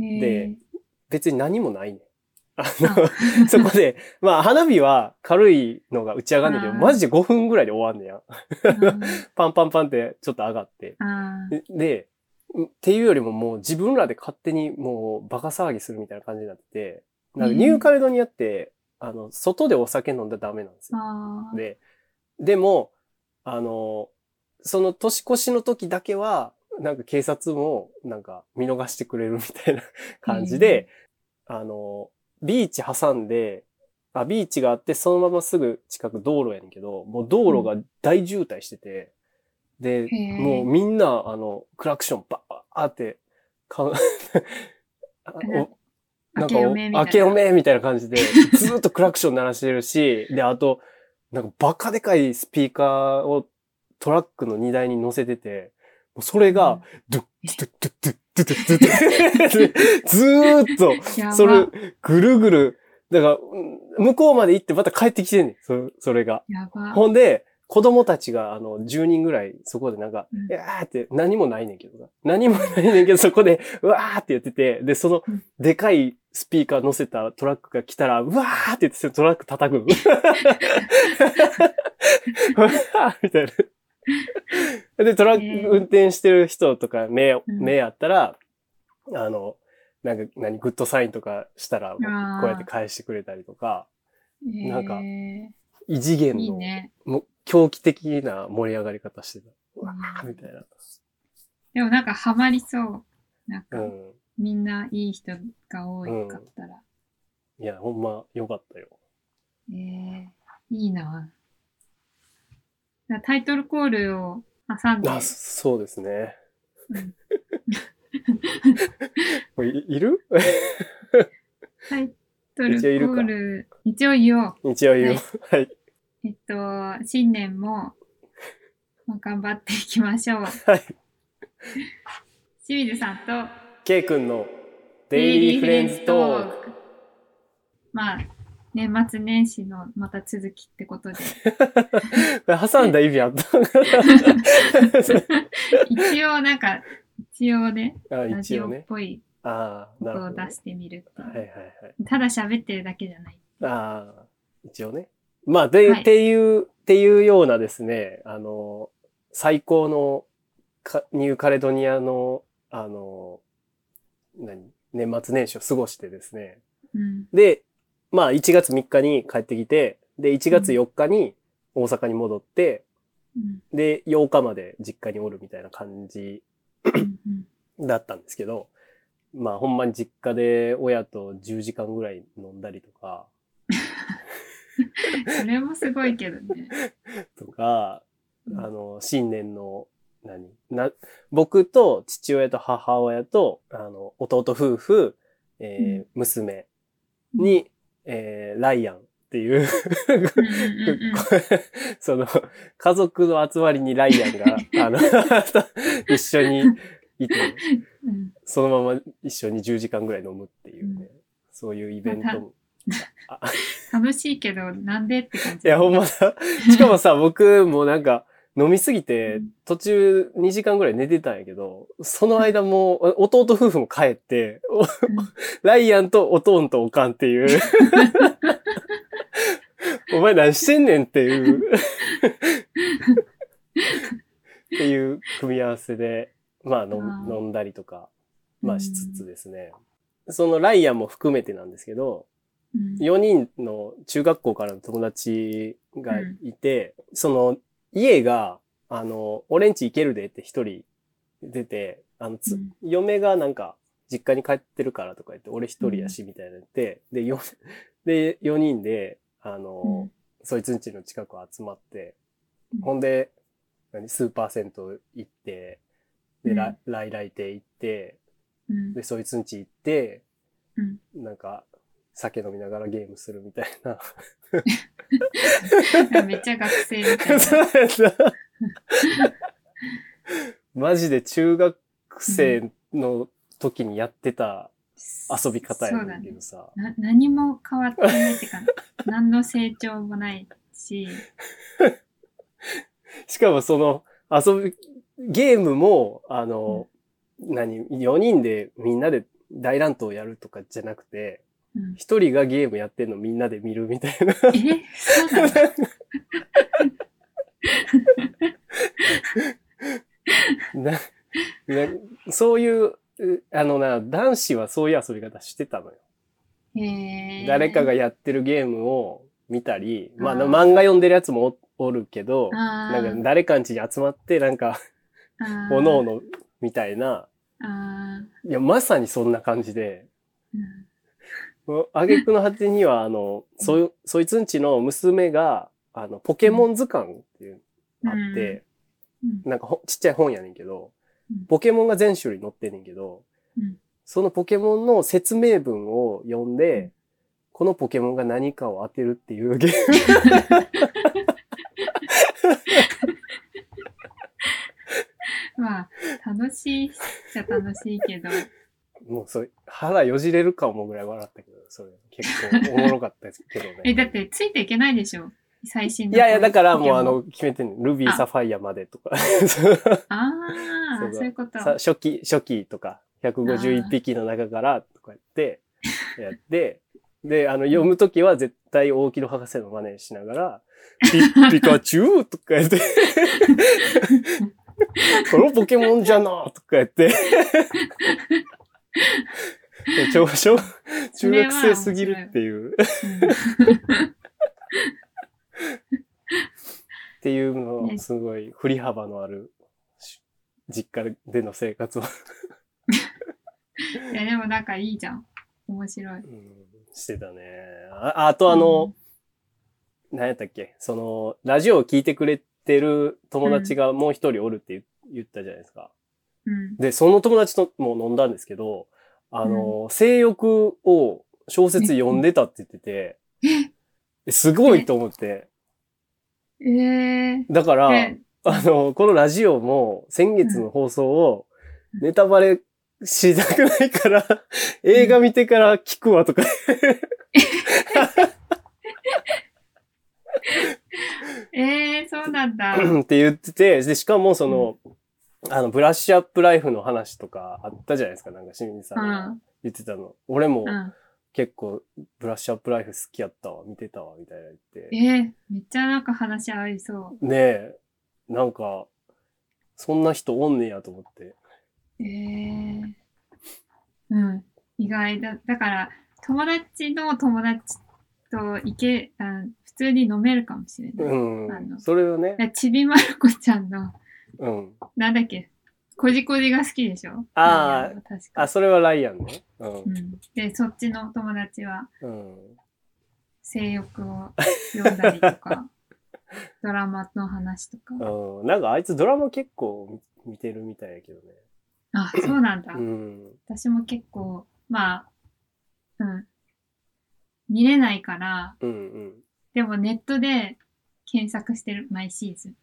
[SPEAKER 2] へ
[SPEAKER 1] 別に何もないねん。あ
[SPEAKER 2] ー
[SPEAKER 1] の、 [laughs] そこで、まあ花火は軽いのが打ち上がるんだけど、
[SPEAKER 2] あー
[SPEAKER 1] マジで5分ぐらいで終わんねや。パンパンパンってちょっと上がって。
[SPEAKER 2] あ、
[SPEAKER 1] [laughs]
[SPEAKER 2] あー
[SPEAKER 1] でで、うっていうよりももう自分らで勝手にもうバカ騒ぎするみたいな感じになってて、なんかニューカレドニアって、あの、外でお酒飲んだらダメなんですよ。
[SPEAKER 2] あー、
[SPEAKER 1] で、でも、あの、その年越しの時だけは、なんか警察もなんか見逃してくれるみたいな感じで、あの、ビーチ挟んで、あ、ビーチがあって、そのまますぐ近く道路やねんけど、もう道路が大渋滞してて、で、
[SPEAKER 2] へー
[SPEAKER 1] もうみんな、あの、クラクションバーって、か [laughs] あお
[SPEAKER 2] 明けおめみたいな。
[SPEAKER 1] 明けおめみたいな感じで、ずーっとクラクション鳴らしてるし、で、あと、なんかバカでかいスピーカーをトラックの荷台に乗せてて、もうそれ
[SPEAKER 2] う
[SPEAKER 1] が
[SPEAKER 2] ん、
[SPEAKER 1] ドゥッ、ドゥッ、ドゥッ、ドゥッ、ドゥッ、ドゥッ、ずーっと、
[SPEAKER 2] やば
[SPEAKER 1] それ、ぐるぐる、だから、うん向こうまで行ってまた帰ってきてんねん、そそれが。
[SPEAKER 2] やば。
[SPEAKER 1] ほんで、子供たちが、あの、10人ぐらい、そこでなんか、
[SPEAKER 2] うん
[SPEAKER 1] いやーって、何もないねんけどな。何もないねんけど、そこで、うわーって言ってて、で、その
[SPEAKER 2] うん、
[SPEAKER 1] でかいスピーカー乗せたトラックが来たら、うわーって言って、トラック叩
[SPEAKER 2] [laughs]
[SPEAKER 1] く。うわーみたいな。で、トラッ
[SPEAKER 2] ね
[SPEAKER 1] ク運転してる人とか、目、
[SPEAKER 2] ん
[SPEAKER 1] 目あったら、あの、なんか、何、グッドサインとかしたら、こ
[SPEAKER 2] ー
[SPEAKER 1] うやって返してくれたりとか、なんか
[SPEAKER 2] え
[SPEAKER 1] 異次元
[SPEAKER 2] ーいい
[SPEAKER 1] の、
[SPEAKER 2] ね。
[SPEAKER 1] もう狂気的な盛り上がり方してた。うわー
[SPEAKER 2] うん
[SPEAKER 1] みたいな。
[SPEAKER 2] でもなんかハマりそう。なんか、
[SPEAKER 1] うん。
[SPEAKER 2] みんないい人が多いかったら。
[SPEAKER 1] いや、ほんま、よかったよ。
[SPEAKER 2] えー、いいな。だからタイトルコールを挟んで、
[SPEAKER 1] あ、そそうですね [laughs]
[SPEAKER 2] うん。
[SPEAKER 1] これいいる [laughs]
[SPEAKER 2] タイトルコ
[SPEAKER 1] 一応いるか
[SPEAKER 2] ール、一応言おう。
[SPEAKER 1] 一応言う。はい。
[SPEAKER 2] えっと、新年も、まあ、頑張っていきましょう。
[SPEAKER 1] [laughs] はい。
[SPEAKER 2] 清水さんと
[SPEAKER 1] K 君のデイリーフレンズトーク。
[SPEAKER 2] ク。まあ、年末年始のまた続きってこと
[SPEAKER 1] [laughs]
[SPEAKER 2] で、
[SPEAKER 1] 挟んだ意味あった。 [laughs]
[SPEAKER 2] 一応なんか、一応ね、
[SPEAKER 1] あ
[SPEAKER 2] ラジ
[SPEAKER 1] 一
[SPEAKER 2] オ
[SPEAKER 1] 応
[SPEAKER 2] っ
[SPEAKER 1] ね。
[SPEAKER 2] ぽい
[SPEAKER 1] ああ、
[SPEAKER 2] こ
[SPEAKER 1] なる
[SPEAKER 2] と
[SPEAKER 1] ほ
[SPEAKER 2] を
[SPEAKER 1] ど、ね。
[SPEAKER 2] 出してみるっていう
[SPEAKER 1] はいはいはい。
[SPEAKER 2] ただ喋ってるだけじゃない。
[SPEAKER 1] ああ、一応ね。まあ、で、
[SPEAKER 2] はい
[SPEAKER 1] っていう、っていうようなですね、あの、最高のかニューカレドニアの、あの、何年末年始を過ごしてですね。
[SPEAKER 2] うん。
[SPEAKER 1] で、まあ、1月3日に帰ってきて、で、1月4日に大阪に戻って、
[SPEAKER 2] うん
[SPEAKER 1] で、8日まで実家におるみたいな感じ
[SPEAKER 2] うんうん
[SPEAKER 1] だったんですけど、まあほんまに実家で親と10時間ぐらい飲んだりとか、
[SPEAKER 2] それもすごいけどね。
[SPEAKER 1] とか、
[SPEAKER 2] う
[SPEAKER 1] [laughs]
[SPEAKER 2] ん
[SPEAKER 1] あの、新年の、何な、僕と父親と母親と、あの、弟夫婦、えー
[SPEAKER 2] うん
[SPEAKER 1] 娘に、えーライアンっていう、
[SPEAKER 2] うんうんうんうん
[SPEAKER 1] [laughs] その、家族の集まりにライアン
[SPEAKER 2] [laughs]
[SPEAKER 1] が、あの、 [laughs] 一緒にいて、
[SPEAKER 2] うん
[SPEAKER 1] そのまま一緒に10時間ぐらい飲むっていうね、
[SPEAKER 2] うん
[SPEAKER 1] そういうイベントも。
[SPEAKER 2] 楽しいけど、なんでって感じ。
[SPEAKER 1] いや、ほ
[SPEAKER 2] [laughs]
[SPEAKER 1] んまだ。しかもさ、僕もなんか、飲みすぎて
[SPEAKER 2] うん、
[SPEAKER 1] 途中2時間ぐらい寝てたんやけど、その間も、お弟夫婦も帰って、おライアンとおとんとおかんって
[SPEAKER 2] [laughs]
[SPEAKER 1] いう。お前何してんねんっていう。っていう組み合わせで、まあ飲
[SPEAKER 2] あ
[SPEAKER 1] ん
[SPEAKER 2] ー
[SPEAKER 1] 飲んだりとか、まあしつつ
[SPEAKER 2] で。
[SPEAKER 1] ですね。そのライアンも含めてなんですけど、
[SPEAKER 2] うん
[SPEAKER 1] 4人の中学校からの友達がいて、その家が、あの、俺んち行けるでって一人出て、あの、つ
[SPEAKER 2] うん
[SPEAKER 1] 嫁がなんか、実家に帰ってるからとか言って、俺一人やし、みたいな言って、で、よ、 [laughs] で、4人で、あの、そいつんちの近く集まって、
[SPEAKER 2] うん
[SPEAKER 1] ほんで、何スーパー銭湯行って、で、
[SPEAKER 2] うん
[SPEAKER 1] 来来来亭行って、
[SPEAKER 2] うん
[SPEAKER 1] で、そいつんち行って、
[SPEAKER 2] うん
[SPEAKER 1] なんか、酒飲みながらゲームするみたい
[SPEAKER 2] [laughs]
[SPEAKER 1] な。 [laughs]
[SPEAKER 2] なんかめっちゃ学生みたいな。
[SPEAKER 1] マジで中学生の時にやってた遊び方や
[SPEAKER 2] そう
[SPEAKER 1] ね
[SPEAKER 2] だ
[SPEAKER 1] んけ
[SPEAKER 2] ね。
[SPEAKER 1] どさ。
[SPEAKER 2] な何も変わってないっ
[SPEAKER 1] [laughs]
[SPEAKER 2] て感じ。何の成長もないし、
[SPEAKER 1] しかもその遊び、ゲームも、あの、何、4人でみんなで大乱闘やるとかじゃなくて、 [laughs]
[SPEAKER 2] うん、
[SPEAKER 1] 1人がゲームやってんのみんなで見るみたいな。
[SPEAKER 2] えそうなの
[SPEAKER 1] ななそういう、うあのな、男子はそういう遊び方してたのよ。
[SPEAKER 2] へー
[SPEAKER 1] 誰かがやってるゲームを見たり、まあ、
[SPEAKER 2] あ
[SPEAKER 1] な
[SPEAKER 2] ー
[SPEAKER 1] 漫画読んでるやつもおおるけど、
[SPEAKER 2] あ
[SPEAKER 1] な
[SPEAKER 2] ー
[SPEAKER 1] んか誰かんちに集まって、なんか、
[SPEAKER 2] あー
[SPEAKER 1] おのおのみたいな、
[SPEAKER 2] あ
[SPEAKER 1] いや、まさにそんな感じで、
[SPEAKER 2] ーうん
[SPEAKER 1] あげくの果てには、あの、そい、そいつんちの娘が、あの、ポケモン図鑑っていうのがあって、
[SPEAKER 2] うん
[SPEAKER 1] なんかほちっちゃい本やねんけど
[SPEAKER 2] うん、
[SPEAKER 1] ポケモンが全種類載ってんねんけど、
[SPEAKER 2] うん
[SPEAKER 1] そのポケモンの説明文を読んで、
[SPEAKER 2] うん
[SPEAKER 1] このポケモンが何かを当てるっていうゲー
[SPEAKER 2] まあ、楽しいっちゃ楽しいけど、
[SPEAKER 1] ム、も [laughs] うそれ、腹よじれるかもぐらい笑ったけど、それ、結構おもろかったですけど
[SPEAKER 2] [laughs] え、だ
[SPEAKER 1] ね。
[SPEAKER 2] ってついていけないでしょ。最新
[SPEAKER 1] いやいや、だからもうあ
[SPEAKER 2] ポ
[SPEAKER 1] の、決めてんの。ルビー、
[SPEAKER 2] あ
[SPEAKER 1] サファイアまでとか。
[SPEAKER 2] ケモン、あ
[SPEAKER 1] そう
[SPEAKER 2] あ、
[SPEAKER 1] だ
[SPEAKER 2] そういうこと。
[SPEAKER 1] さ初期、初期とか、151匹の中からとかやって、やって、で、あの、読むときは絶対大木戸博士の真似しながら、ピピカチュウとかやって、このポケモンじゃなとかやって、超、小中学生すぎるっていう。 [laughs] っていうのを
[SPEAKER 2] ね
[SPEAKER 1] すごい振り幅のあるし実家での生活を、
[SPEAKER 2] うんいや、でもなんかいいじゃん。面白い。
[SPEAKER 1] うんしてたね。ああとあの、何やったっけその、ラジオを聞いてくれてる友達がもう一人おるって言言ったじゃないですか。
[SPEAKER 2] うん、
[SPEAKER 1] で、その友達とも飲んだんですけど、あの、性欲を小説読んでたって言ってて、えすごいと思って。
[SPEAKER 2] うん。え
[SPEAKER 1] だか
[SPEAKER 2] ー、
[SPEAKER 1] ら、
[SPEAKER 2] え、
[SPEAKER 1] あの、このラジオも先月の放送を
[SPEAKER 2] うん
[SPEAKER 1] ネタバレしなくないから、映画見てから聞くわとか。
[SPEAKER 2] えー、そうなんだ。
[SPEAKER 1] って言ってて、で、しかもその、あの、ブラッシュアップライフの話とかあったじゃないですか、なんか清水さんが言ってたの。俺も
[SPEAKER 2] うん。
[SPEAKER 1] 結構ブラッシュアップライフ好きやったわ、見てたわ、みたいな言って。
[SPEAKER 2] えー、めっちゃなんか話合いそ
[SPEAKER 1] ねえ、なんか、そんな人おんねやと思って。
[SPEAKER 2] う。えー、うん。意外だ。だから、友達の友達といけ、あ普通に飲めるかもしれない。
[SPEAKER 1] う
[SPEAKER 2] あ
[SPEAKER 1] ん。
[SPEAKER 2] の
[SPEAKER 1] それはね、
[SPEAKER 2] だちびまる子ちゃんの、
[SPEAKER 1] うん。
[SPEAKER 2] なんだっけ、こじこじが好きでしょ
[SPEAKER 1] あー
[SPEAKER 2] なんだ確
[SPEAKER 1] あ、
[SPEAKER 2] か。
[SPEAKER 1] それはライアンね。うん
[SPEAKER 2] うん、で、そっちの友達は
[SPEAKER 1] うん
[SPEAKER 2] 性欲を読んだりと
[SPEAKER 1] [laughs]
[SPEAKER 2] か、ドラマの話とか。
[SPEAKER 1] うん、なんかあいつドラマ結構見見てるみたいやけどね。
[SPEAKER 2] あ、そうなんだ
[SPEAKER 1] う。ん。
[SPEAKER 2] 私も結構、まあ、うん。見れないから、
[SPEAKER 1] うん
[SPEAKER 2] でもネットで検索してる、毎シーズン。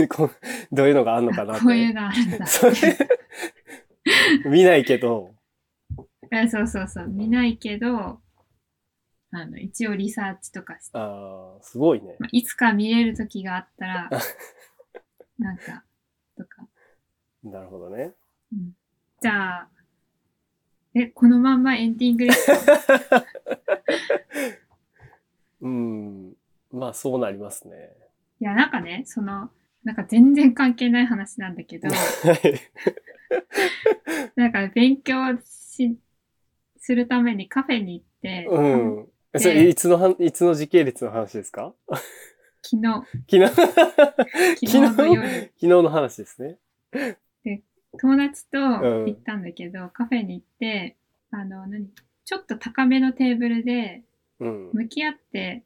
[SPEAKER 1] うん。 [laughs] こうどういうのがあんのかなって。
[SPEAKER 2] こういうのあるん
[SPEAKER 1] [laughs]
[SPEAKER 2] だ。
[SPEAKER 1] それ見ないけど。
[SPEAKER 2] えそうそうそう。見ないけど、あの、一応リサーチとかして、
[SPEAKER 1] ああ、すごいね。
[SPEAKER 2] まあ、いつか見れる時があっ
[SPEAKER 1] [laughs]
[SPEAKER 2] たら、なんか、とか。
[SPEAKER 1] なるほどね。
[SPEAKER 2] うんじゃあ、え、このまんまエンディングですか
[SPEAKER 1] うん。まあそうなりますね。
[SPEAKER 2] いや、なんかね、その、なんか全然関係ない話なんだけ [laughs] ど、
[SPEAKER 1] はい。
[SPEAKER 2] なんか勉強し、するためにカフェに行って、
[SPEAKER 1] うん。えそれいつのはん、いつの時系列の話ですか
[SPEAKER 2] 昨日、 [laughs]
[SPEAKER 1] 昨日、昨
[SPEAKER 2] 昨
[SPEAKER 1] 日
[SPEAKER 2] 日の
[SPEAKER 1] の、
[SPEAKER 2] 夜、
[SPEAKER 1] 話ですね。
[SPEAKER 2] 友達と行ったんだけど、カフェに行って、あの、何ちょっと高めのテーブルで、
[SPEAKER 1] うん。
[SPEAKER 2] 向き合って、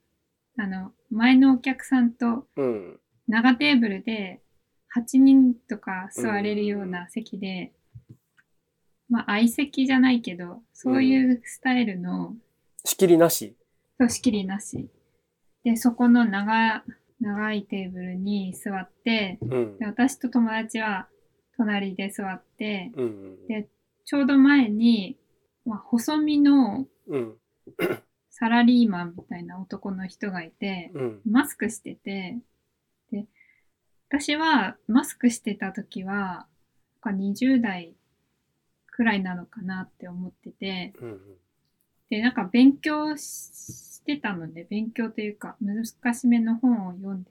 [SPEAKER 2] あの、前のお客さんと
[SPEAKER 1] うん。
[SPEAKER 2] 長テーブルで8人とか座れるような席で、まあ相席じゃないけどそういうスタイルの
[SPEAKER 1] 仕切りなし。
[SPEAKER 2] そう仕切りなしでそこの長長いテーブルに座って
[SPEAKER 1] うん
[SPEAKER 2] で。私と友達は隣で座って
[SPEAKER 1] うん。
[SPEAKER 2] でちょうど前に、まあ、細身の
[SPEAKER 1] うん。
[SPEAKER 2] サラリーマンみたいな男の人がいて、
[SPEAKER 1] うん。
[SPEAKER 2] マスクしてて、で、私はマスクしてた時は、なんか20代くらいなのかなって思ってて、
[SPEAKER 1] うん。
[SPEAKER 2] で、なんか勉強ししてたので、勉強というか、難しめの本を読んで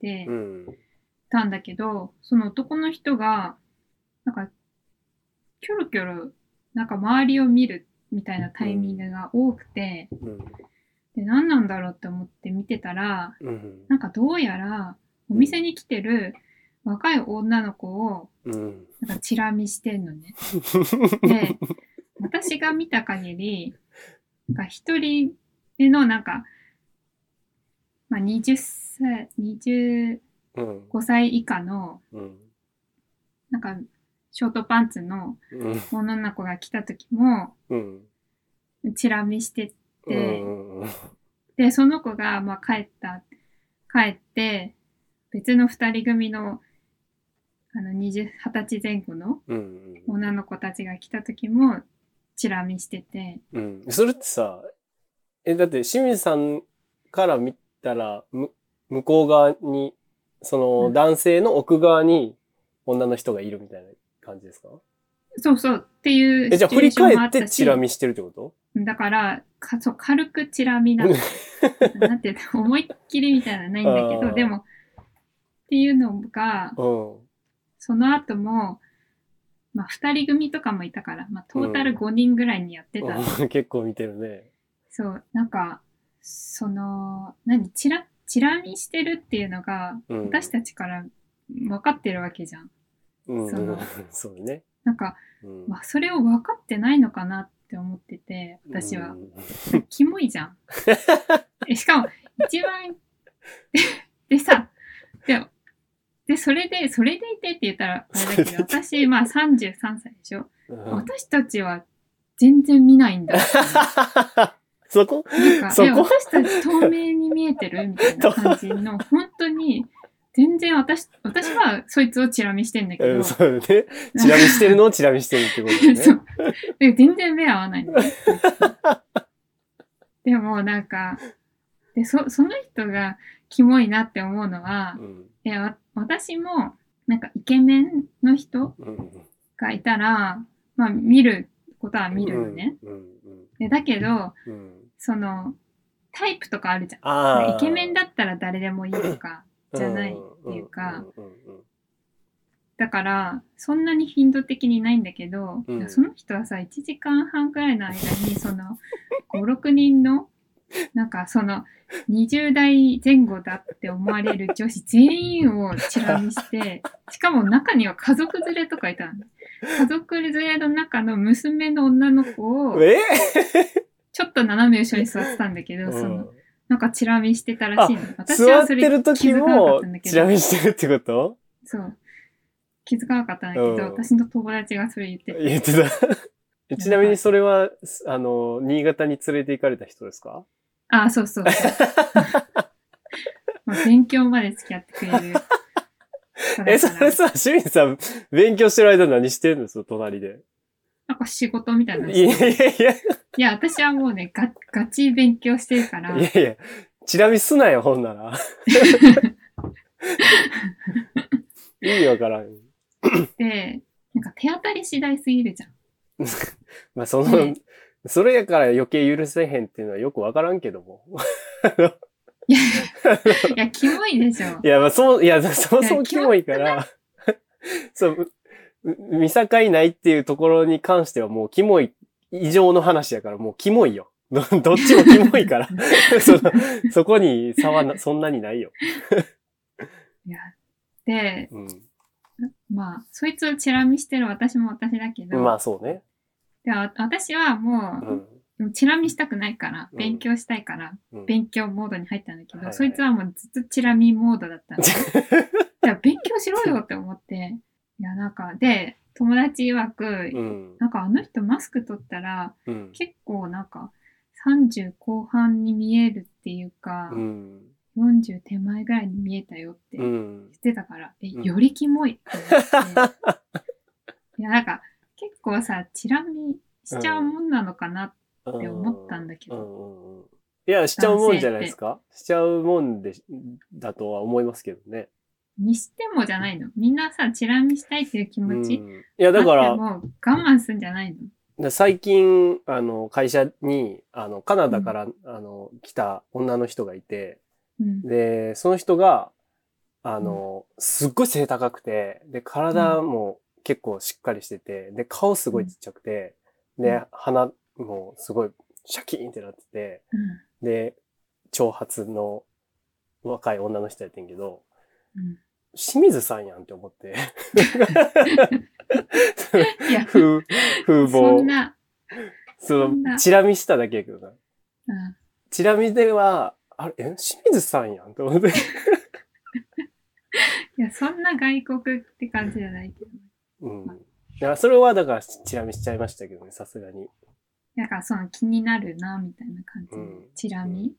[SPEAKER 2] て
[SPEAKER 1] うん。
[SPEAKER 2] たんだけど、その男の人が、なんか、キョロキョロ、なんか周りを見るみたいなタイミングが多くて、
[SPEAKER 1] うん。
[SPEAKER 2] で、何なんだろうって思って見てたら、
[SPEAKER 1] うん。
[SPEAKER 2] なんかどうやらお店に来てる若い女の子を
[SPEAKER 1] うん。
[SPEAKER 2] なんかチラ見してんのね。で、私が見た限り、なんか一人目のなんか、まあ、20歳、25
[SPEAKER 1] うん。
[SPEAKER 2] 歳以下の
[SPEAKER 1] うん。
[SPEAKER 2] なんかショートパンツの
[SPEAKER 1] うん。
[SPEAKER 2] 女の子が来た時も
[SPEAKER 1] うん。
[SPEAKER 2] チラ見してて、
[SPEAKER 1] うん。
[SPEAKER 2] で、その子が、まあ、帰った、帰って、別の二人組の、あの、二十、二十歳前後の
[SPEAKER 1] うん。
[SPEAKER 2] 女の子たちが来た時も、チラ見してて、
[SPEAKER 1] うん。それってさ、え、だって清水さんから見たら、む向こう側に、その男性の奥側に女の人がいるみたいな感じですか
[SPEAKER 2] そうそうっていう
[SPEAKER 1] え、じゃあ振り返ってチ
[SPEAKER 2] し
[SPEAKER 1] ラ見してるってこと
[SPEAKER 2] だからかそう軽くチラ見な [laughs] なんていうの思いっきりみたいなのないんだけ
[SPEAKER 1] あー
[SPEAKER 2] どでもっていうのが
[SPEAKER 1] う
[SPEAKER 2] その後も、まあ、2人組とかもいたから、まあ、トータル5人ぐらいにやってた、
[SPEAKER 1] ん。 [laughs] 結構見てるね。
[SPEAKER 2] そうなんかその何チラチラ見してるっていうのが
[SPEAKER 1] うん
[SPEAKER 2] 私たちから分かってるわけじゃん、
[SPEAKER 1] うん
[SPEAKER 2] その。
[SPEAKER 1] そうね。
[SPEAKER 2] なんか、
[SPEAKER 1] うん
[SPEAKER 2] まあ、それを分かってないのかなって思ってて私は、
[SPEAKER 1] うん
[SPEAKER 2] キモいじゃん。えしかも、一番、 [laughs] でさ、で、で、それで、それでいてって言ったら、あれだけど、私、まあ33歳でしょ。
[SPEAKER 1] うん [laughs]
[SPEAKER 2] 私たちは全然見ないんだ。
[SPEAKER 1] そこ
[SPEAKER 2] なんか、
[SPEAKER 1] そこ
[SPEAKER 2] え私たち透明に見えてるみたいな感じの、本当に、全然私、私はそいつをチラ見してんだけ
[SPEAKER 1] う
[SPEAKER 2] ど、
[SPEAKER 1] ん、そうだね。チラ見してるのをチラ見してるってことだね。
[SPEAKER 2] [laughs] そう。で全然目合わない
[SPEAKER 1] [laughs]
[SPEAKER 2] のね。でもなんか、でそその人がキモいなって思うのは、
[SPEAKER 1] うん
[SPEAKER 2] いやわ私もなんかイケメンの人
[SPEAKER 1] うん
[SPEAKER 2] がいたら、まあ見ることは見るのね。。
[SPEAKER 1] うんうん
[SPEAKER 2] でだけど、
[SPEAKER 1] うんうん
[SPEAKER 2] そのタイプとかあるじゃん。
[SPEAKER 1] ああ。
[SPEAKER 2] イケメンだったら誰でもいいとか。じゃないっていうか
[SPEAKER 1] うんうんうんうん
[SPEAKER 2] だから、そんなに頻度的にないんだけど、
[SPEAKER 1] うん
[SPEAKER 2] その人はさ、1時間半くらいの間に、その、5、6人の、なんかその、20代前後だって思われる女子全員をチラ見して、しかも中には家族連れとかいたの。家族連れの中の娘の女の子
[SPEAKER 1] うん
[SPEAKER 2] を、
[SPEAKER 1] え
[SPEAKER 2] ちょっと斜め後ろに座ってたんだけど、
[SPEAKER 1] う
[SPEAKER 2] そ
[SPEAKER 1] ん
[SPEAKER 2] の、なんかチラ見してたらしいの。私
[SPEAKER 1] 座
[SPEAKER 2] は
[SPEAKER 1] っ
[SPEAKER 2] そ
[SPEAKER 1] て
[SPEAKER 2] れ
[SPEAKER 1] る
[SPEAKER 2] 気
[SPEAKER 1] 時
[SPEAKER 2] づかなかっ
[SPEAKER 1] も
[SPEAKER 2] たんだけ
[SPEAKER 1] チラ
[SPEAKER 2] ど、
[SPEAKER 1] 見してるって
[SPEAKER 2] [laughs]
[SPEAKER 1] こと
[SPEAKER 2] そう。気づかなかったんだけど、
[SPEAKER 1] うん
[SPEAKER 2] 私の友達がそれ言ってて
[SPEAKER 1] 言
[SPEAKER 2] [laughs]
[SPEAKER 1] ってた。ちなみにそれは、すあの、新潟に連れて行かれた人ですか
[SPEAKER 2] あ、そうそう
[SPEAKER 1] [laughs]
[SPEAKER 2] そう。もう勉強まで付き合って
[SPEAKER 1] [laughs]
[SPEAKER 2] くれる。
[SPEAKER 1] え、それさ、清水さん、勉強してる間何してるんですよ、隣で。
[SPEAKER 2] なんか仕事みたいなのし
[SPEAKER 1] い
[SPEAKER 2] て。
[SPEAKER 1] やいやいや、い
[SPEAKER 2] いや、私はもうね、ガガチ勉強してるから、
[SPEAKER 1] やいや、チラ見すなよ、ほんな
[SPEAKER 2] [laughs]
[SPEAKER 1] ら。意味わからん。
[SPEAKER 2] で、なんか手当たり次第す
[SPEAKER 1] [laughs]
[SPEAKER 2] ぎるじゃん。
[SPEAKER 1] まあ、そ
[SPEAKER 2] ね
[SPEAKER 1] の、それやから余計許せへんっていうのはよくわからんけども。
[SPEAKER 2] いや、いや、キモいでしょ
[SPEAKER 1] い。や、まあ、そう、いや、そもそ
[SPEAKER 2] い
[SPEAKER 1] も
[SPEAKER 2] や
[SPEAKER 1] キモいから、 [laughs] そう、う見境ないっていうところに関してはもうキモい、異常の話やからもうキモいよ。ど [laughs] どっちもキモい
[SPEAKER 2] [laughs]
[SPEAKER 1] から。そのそこに差はなそんなにないよ。
[SPEAKER 2] いや、で、
[SPEAKER 1] うん。
[SPEAKER 2] まあ、そいつをチラ見してる私も私だけど、
[SPEAKER 1] まあ、そうね。
[SPEAKER 2] でわ私はも
[SPEAKER 1] う
[SPEAKER 2] う、
[SPEAKER 1] ん。
[SPEAKER 2] もうチラ見したくないから、
[SPEAKER 1] うん
[SPEAKER 2] 勉強したいから、
[SPEAKER 1] うん
[SPEAKER 2] 勉強モードに入ったんだけど、
[SPEAKER 1] はいはい
[SPEAKER 2] そいつはもうずっとチラ見モードだった
[SPEAKER 1] [laughs]
[SPEAKER 2] の。じゃあ勉強しろよって思って。いや、なんか、で、友達曰く、
[SPEAKER 1] うん。
[SPEAKER 2] なんかあの人マスク取ったら、
[SPEAKER 1] うん。
[SPEAKER 2] 結構なんか、30後半に見えるっていうか
[SPEAKER 1] う、ん。
[SPEAKER 2] 40手前ぐらいに見えたよって
[SPEAKER 1] う
[SPEAKER 2] 言っ
[SPEAKER 1] ん。
[SPEAKER 2] てたから、え、
[SPEAKER 1] うん
[SPEAKER 2] よりキモいって思
[SPEAKER 1] [laughs]
[SPEAKER 2] って。いや、なんか、結構さ、チラ見しちゃうもんなのかなって思ったんだけど
[SPEAKER 1] うんうんうんいや、しちゃうもんじゃないですか。しちゃうもんで、だとは思いますけどね。
[SPEAKER 2] にしてもじゃないの。みんなさ、チラ見したいっていう気
[SPEAKER 1] う
[SPEAKER 2] 持
[SPEAKER 1] ん。
[SPEAKER 2] ち。
[SPEAKER 1] いや、だか
[SPEAKER 2] あっ
[SPEAKER 1] ら
[SPEAKER 2] て、も我慢すんじゃないの
[SPEAKER 1] で最近、あの、会社に、あの、カナダから、あの、来た女の人がいて、
[SPEAKER 2] うん。
[SPEAKER 1] で、その人が、あの、すっごい背高くて、で、体も結構しっかりしてて、で、顔すごいちっちゃくて、
[SPEAKER 2] う
[SPEAKER 1] で
[SPEAKER 2] ん、
[SPEAKER 1] 鼻もすごいシャキーンってなってて、で、長髪の若い女の人やってんけど、
[SPEAKER 2] うん。
[SPEAKER 1] 清水さんやんって思
[SPEAKER 2] [laughs]
[SPEAKER 1] って。 [laughs]
[SPEAKER 2] うん。いや、そ
[SPEAKER 1] 風、風
[SPEAKER 2] ん
[SPEAKER 1] 貌。
[SPEAKER 2] な、
[SPEAKER 1] そ
[SPEAKER 2] そんな
[SPEAKER 1] の、チラ見しただけやけどな。
[SPEAKER 2] うん
[SPEAKER 1] チラ見では、あれ、え清水さんやんと思って。
[SPEAKER 2] [laughs] いや、そんな外国って感じじゃないけど。
[SPEAKER 1] うん。いや、それはだから、チラ見しちゃいましたけどね、さすがに。
[SPEAKER 2] だから、その気になるな、みたいな感じ
[SPEAKER 1] う
[SPEAKER 2] の
[SPEAKER 1] ん。
[SPEAKER 2] チラ見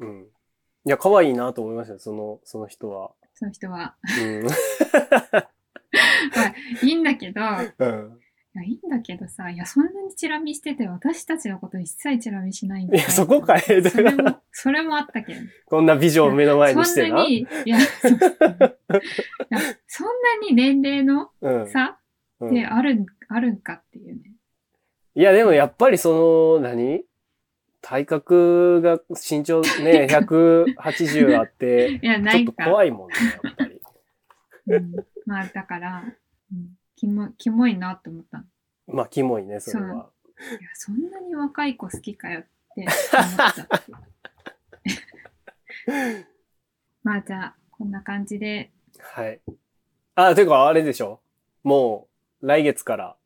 [SPEAKER 1] うん。いや、可愛いなと思いましたよ、その、その人は。
[SPEAKER 2] その人は。 [laughs]
[SPEAKER 1] うん。
[SPEAKER 2] いいんだけど、いや
[SPEAKER 1] う
[SPEAKER 2] [laughs]
[SPEAKER 1] ん。
[SPEAKER 2] や、いいんだけどさ、いや、そんなにチラ見してて、私たちのこと一切チラ見しないん
[SPEAKER 1] いや、そこかい。だ
[SPEAKER 2] そ
[SPEAKER 1] か
[SPEAKER 2] れ
[SPEAKER 1] ら、
[SPEAKER 2] も、それもあったけど。
[SPEAKER 1] こんな美女を目の前にし
[SPEAKER 2] そ
[SPEAKER 1] て
[SPEAKER 2] ん
[SPEAKER 1] な
[SPEAKER 2] な。に、いや、そういやそんなに年齢の
[SPEAKER 1] うん
[SPEAKER 2] 差
[SPEAKER 1] う
[SPEAKER 2] って
[SPEAKER 1] ん。
[SPEAKER 2] あるん、あるんかっていうね。
[SPEAKER 1] いや、でもやっぱりその、何体格が身長
[SPEAKER 2] [laughs]
[SPEAKER 1] ね、180あって、
[SPEAKER 2] いや、 [laughs] な
[SPEAKER 1] ちょっ
[SPEAKER 2] い
[SPEAKER 1] と
[SPEAKER 2] か。
[SPEAKER 1] 怖いもんね、やっぱり。
[SPEAKER 2] うん、まあ、だから、うん、キモキモいなと思ったの。
[SPEAKER 1] まあ、キモいね、それは。
[SPEAKER 2] いや、そんなに若い子好きかよって思った [laughs] っていう。まあ、じゃあ、こんな感じで、
[SPEAKER 1] はい。あ、てか、あれでしょもう、来月から、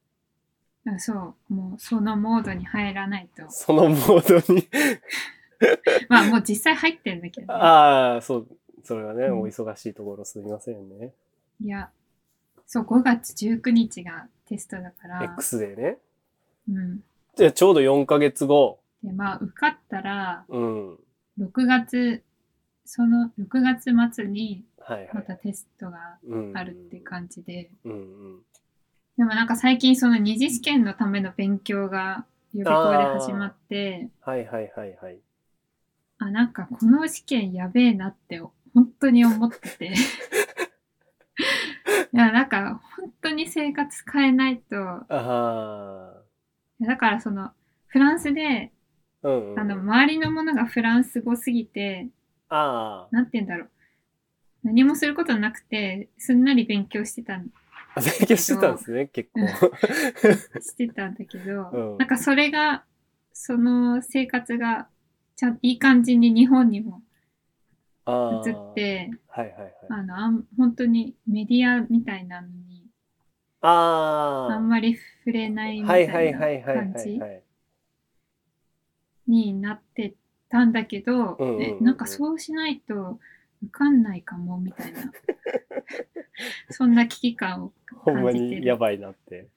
[SPEAKER 2] あそう、もうそのモードに入らないと。
[SPEAKER 1] そのモードに。 [laughs]
[SPEAKER 2] まあ、もう実際入ってんだけどね、
[SPEAKER 1] ああ、そう、それはね、
[SPEAKER 2] うん
[SPEAKER 1] お忙しいところすみませんね。
[SPEAKER 2] いや、そう、5月19日がテストだから、
[SPEAKER 1] X でね。
[SPEAKER 2] うん。
[SPEAKER 1] じゃあちょうど4ヶ月後。
[SPEAKER 2] で、まあ、受かったら、
[SPEAKER 1] うん。
[SPEAKER 2] 6月、その6月末に
[SPEAKER 1] はいは
[SPEAKER 2] ま
[SPEAKER 1] い。
[SPEAKER 2] たテストが
[SPEAKER 1] うん
[SPEAKER 2] あるって感じで、
[SPEAKER 1] うんうん。
[SPEAKER 2] でもなんか最近その二次試験のための勉強が予備校で始まって、
[SPEAKER 1] はいはいはいはい。
[SPEAKER 2] あなんかこの試験やべえなって本当に思ってて。いや、なんか本当に生活変えないと、
[SPEAKER 1] あ
[SPEAKER 2] だからそのフランスで、
[SPEAKER 1] あ。うん、うん。
[SPEAKER 2] あの周りのものがフランス語すぎて、
[SPEAKER 1] あ
[SPEAKER 2] なんて言うんだろう。何もすることなくて、すんなり勉強してたん
[SPEAKER 1] あ。勉強してたんですね、結構。
[SPEAKER 2] してたんだけど、
[SPEAKER 1] うん
[SPEAKER 2] なんかそれがその生活がちゃんいい感じに日本にも
[SPEAKER 1] ああ。
[SPEAKER 2] 移っ。て
[SPEAKER 1] はいはいはい。
[SPEAKER 2] あのあん本当にメディアみたいなのに
[SPEAKER 1] あ
[SPEAKER 2] あんまり触れない
[SPEAKER 1] あ。は
[SPEAKER 2] みた
[SPEAKER 1] いはい
[SPEAKER 2] い
[SPEAKER 1] はいはいは
[SPEAKER 2] ない感じ
[SPEAKER 1] はい。
[SPEAKER 2] になってたんだけど、
[SPEAKER 1] うんうんうんうん
[SPEAKER 2] えなんかそうしないと受かんないかもみた
[SPEAKER 1] [laughs]
[SPEAKER 2] いなそんな危機感を
[SPEAKER 1] ほんま
[SPEAKER 2] 感じて
[SPEAKER 1] に
[SPEAKER 2] る
[SPEAKER 1] やばいなって。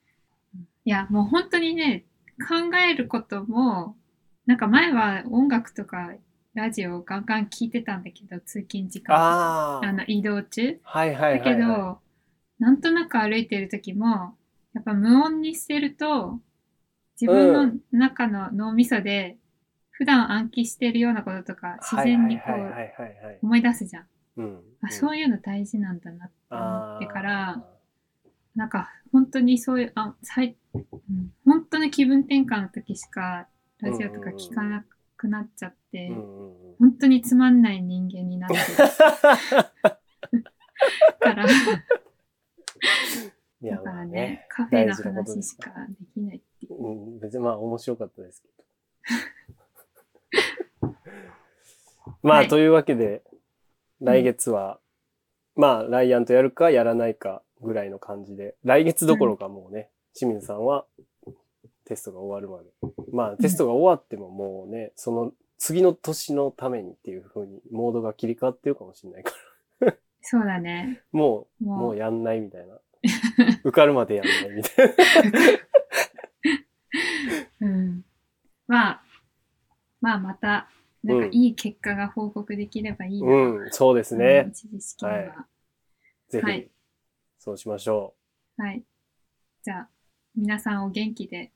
[SPEAKER 2] いやもう本当にね考えることもなんか前は音楽とかラジオをガンガン聞いてたんだけど通勤時間とか
[SPEAKER 1] あ
[SPEAKER 2] あ
[SPEAKER 1] あ。
[SPEAKER 2] の移動中
[SPEAKER 1] はいはいは
[SPEAKER 2] だ
[SPEAKER 1] い、はい。
[SPEAKER 2] けど、なんとなく歩いてる時もやっぱ無音にしてると自分の中の脳みそで普段暗記してるようなこととか自然にこ
[SPEAKER 1] はいはいは
[SPEAKER 2] う
[SPEAKER 1] いはいはい。
[SPEAKER 2] 思い出すじゃん。
[SPEAKER 1] うん。
[SPEAKER 2] あそう
[SPEAKER 1] い
[SPEAKER 2] いうの大事なんだなって思
[SPEAKER 1] あ
[SPEAKER 2] って
[SPEAKER 1] ー
[SPEAKER 2] から。なんか本当にそういうあ最、うん、本当に気分転換の時しかラジオとか聞かなくなっちゃって、
[SPEAKER 1] うんうん
[SPEAKER 2] [laughs]
[SPEAKER 1] うん。
[SPEAKER 2] 本当につまんない人間になってるから。
[SPEAKER 1] い
[SPEAKER 2] だ
[SPEAKER 1] や、
[SPEAKER 2] か
[SPEAKER 1] ま
[SPEAKER 2] ら
[SPEAKER 1] あ
[SPEAKER 2] ね
[SPEAKER 1] ね、。
[SPEAKER 2] カフェの
[SPEAKER 1] 大事なこと
[SPEAKER 2] 話
[SPEAKER 1] で
[SPEAKER 2] し
[SPEAKER 1] す
[SPEAKER 2] かできないっていう。
[SPEAKER 1] うん、別にまあ面白かったですけ [laughs] ど。まあ、
[SPEAKER 2] はい
[SPEAKER 1] というわけで、
[SPEAKER 2] ん
[SPEAKER 1] 来月は、まあ、ライアンとやるかやらないかぐらいの感じで、来月どころかもうね、清水さんはテストが終わるまで。まあ、テストが終わってももうね、その次の年のためにっていう風にモードが切り替わってるかもしれないから、 [laughs]
[SPEAKER 2] そうだね。
[SPEAKER 1] もう、
[SPEAKER 2] もう
[SPEAKER 1] もうやんないみたい [laughs] な。受かるまでやんないみたいな。
[SPEAKER 2] うん。まあ、まあまた、なんかいい結果が報告できればいいな。
[SPEAKER 1] うん、そうです
[SPEAKER 2] あの
[SPEAKER 1] ね。
[SPEAKER 2] 一次試験は。
[SPEAKER 1] はいぜ
[SPEAKER 2] はい
[SPEAKER 1] ひ、そうしましょ
[SPEAKER 2] はい。じゃあ、皆さんお元気で。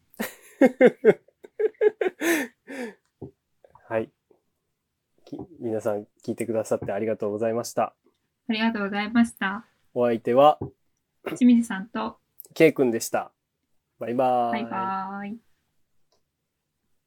[SPEAKER 1] う。はい。き皆さん聞いてくださってありがとうございました。
[SPEAKER 2] ありがとうございました。
[SPEAKER 1] お相手は、
[SPEAKER 2] 清水さんと、
[SPEAKER 1] K 君でした。バイバ
[SPEAKER 2] バイバーイ。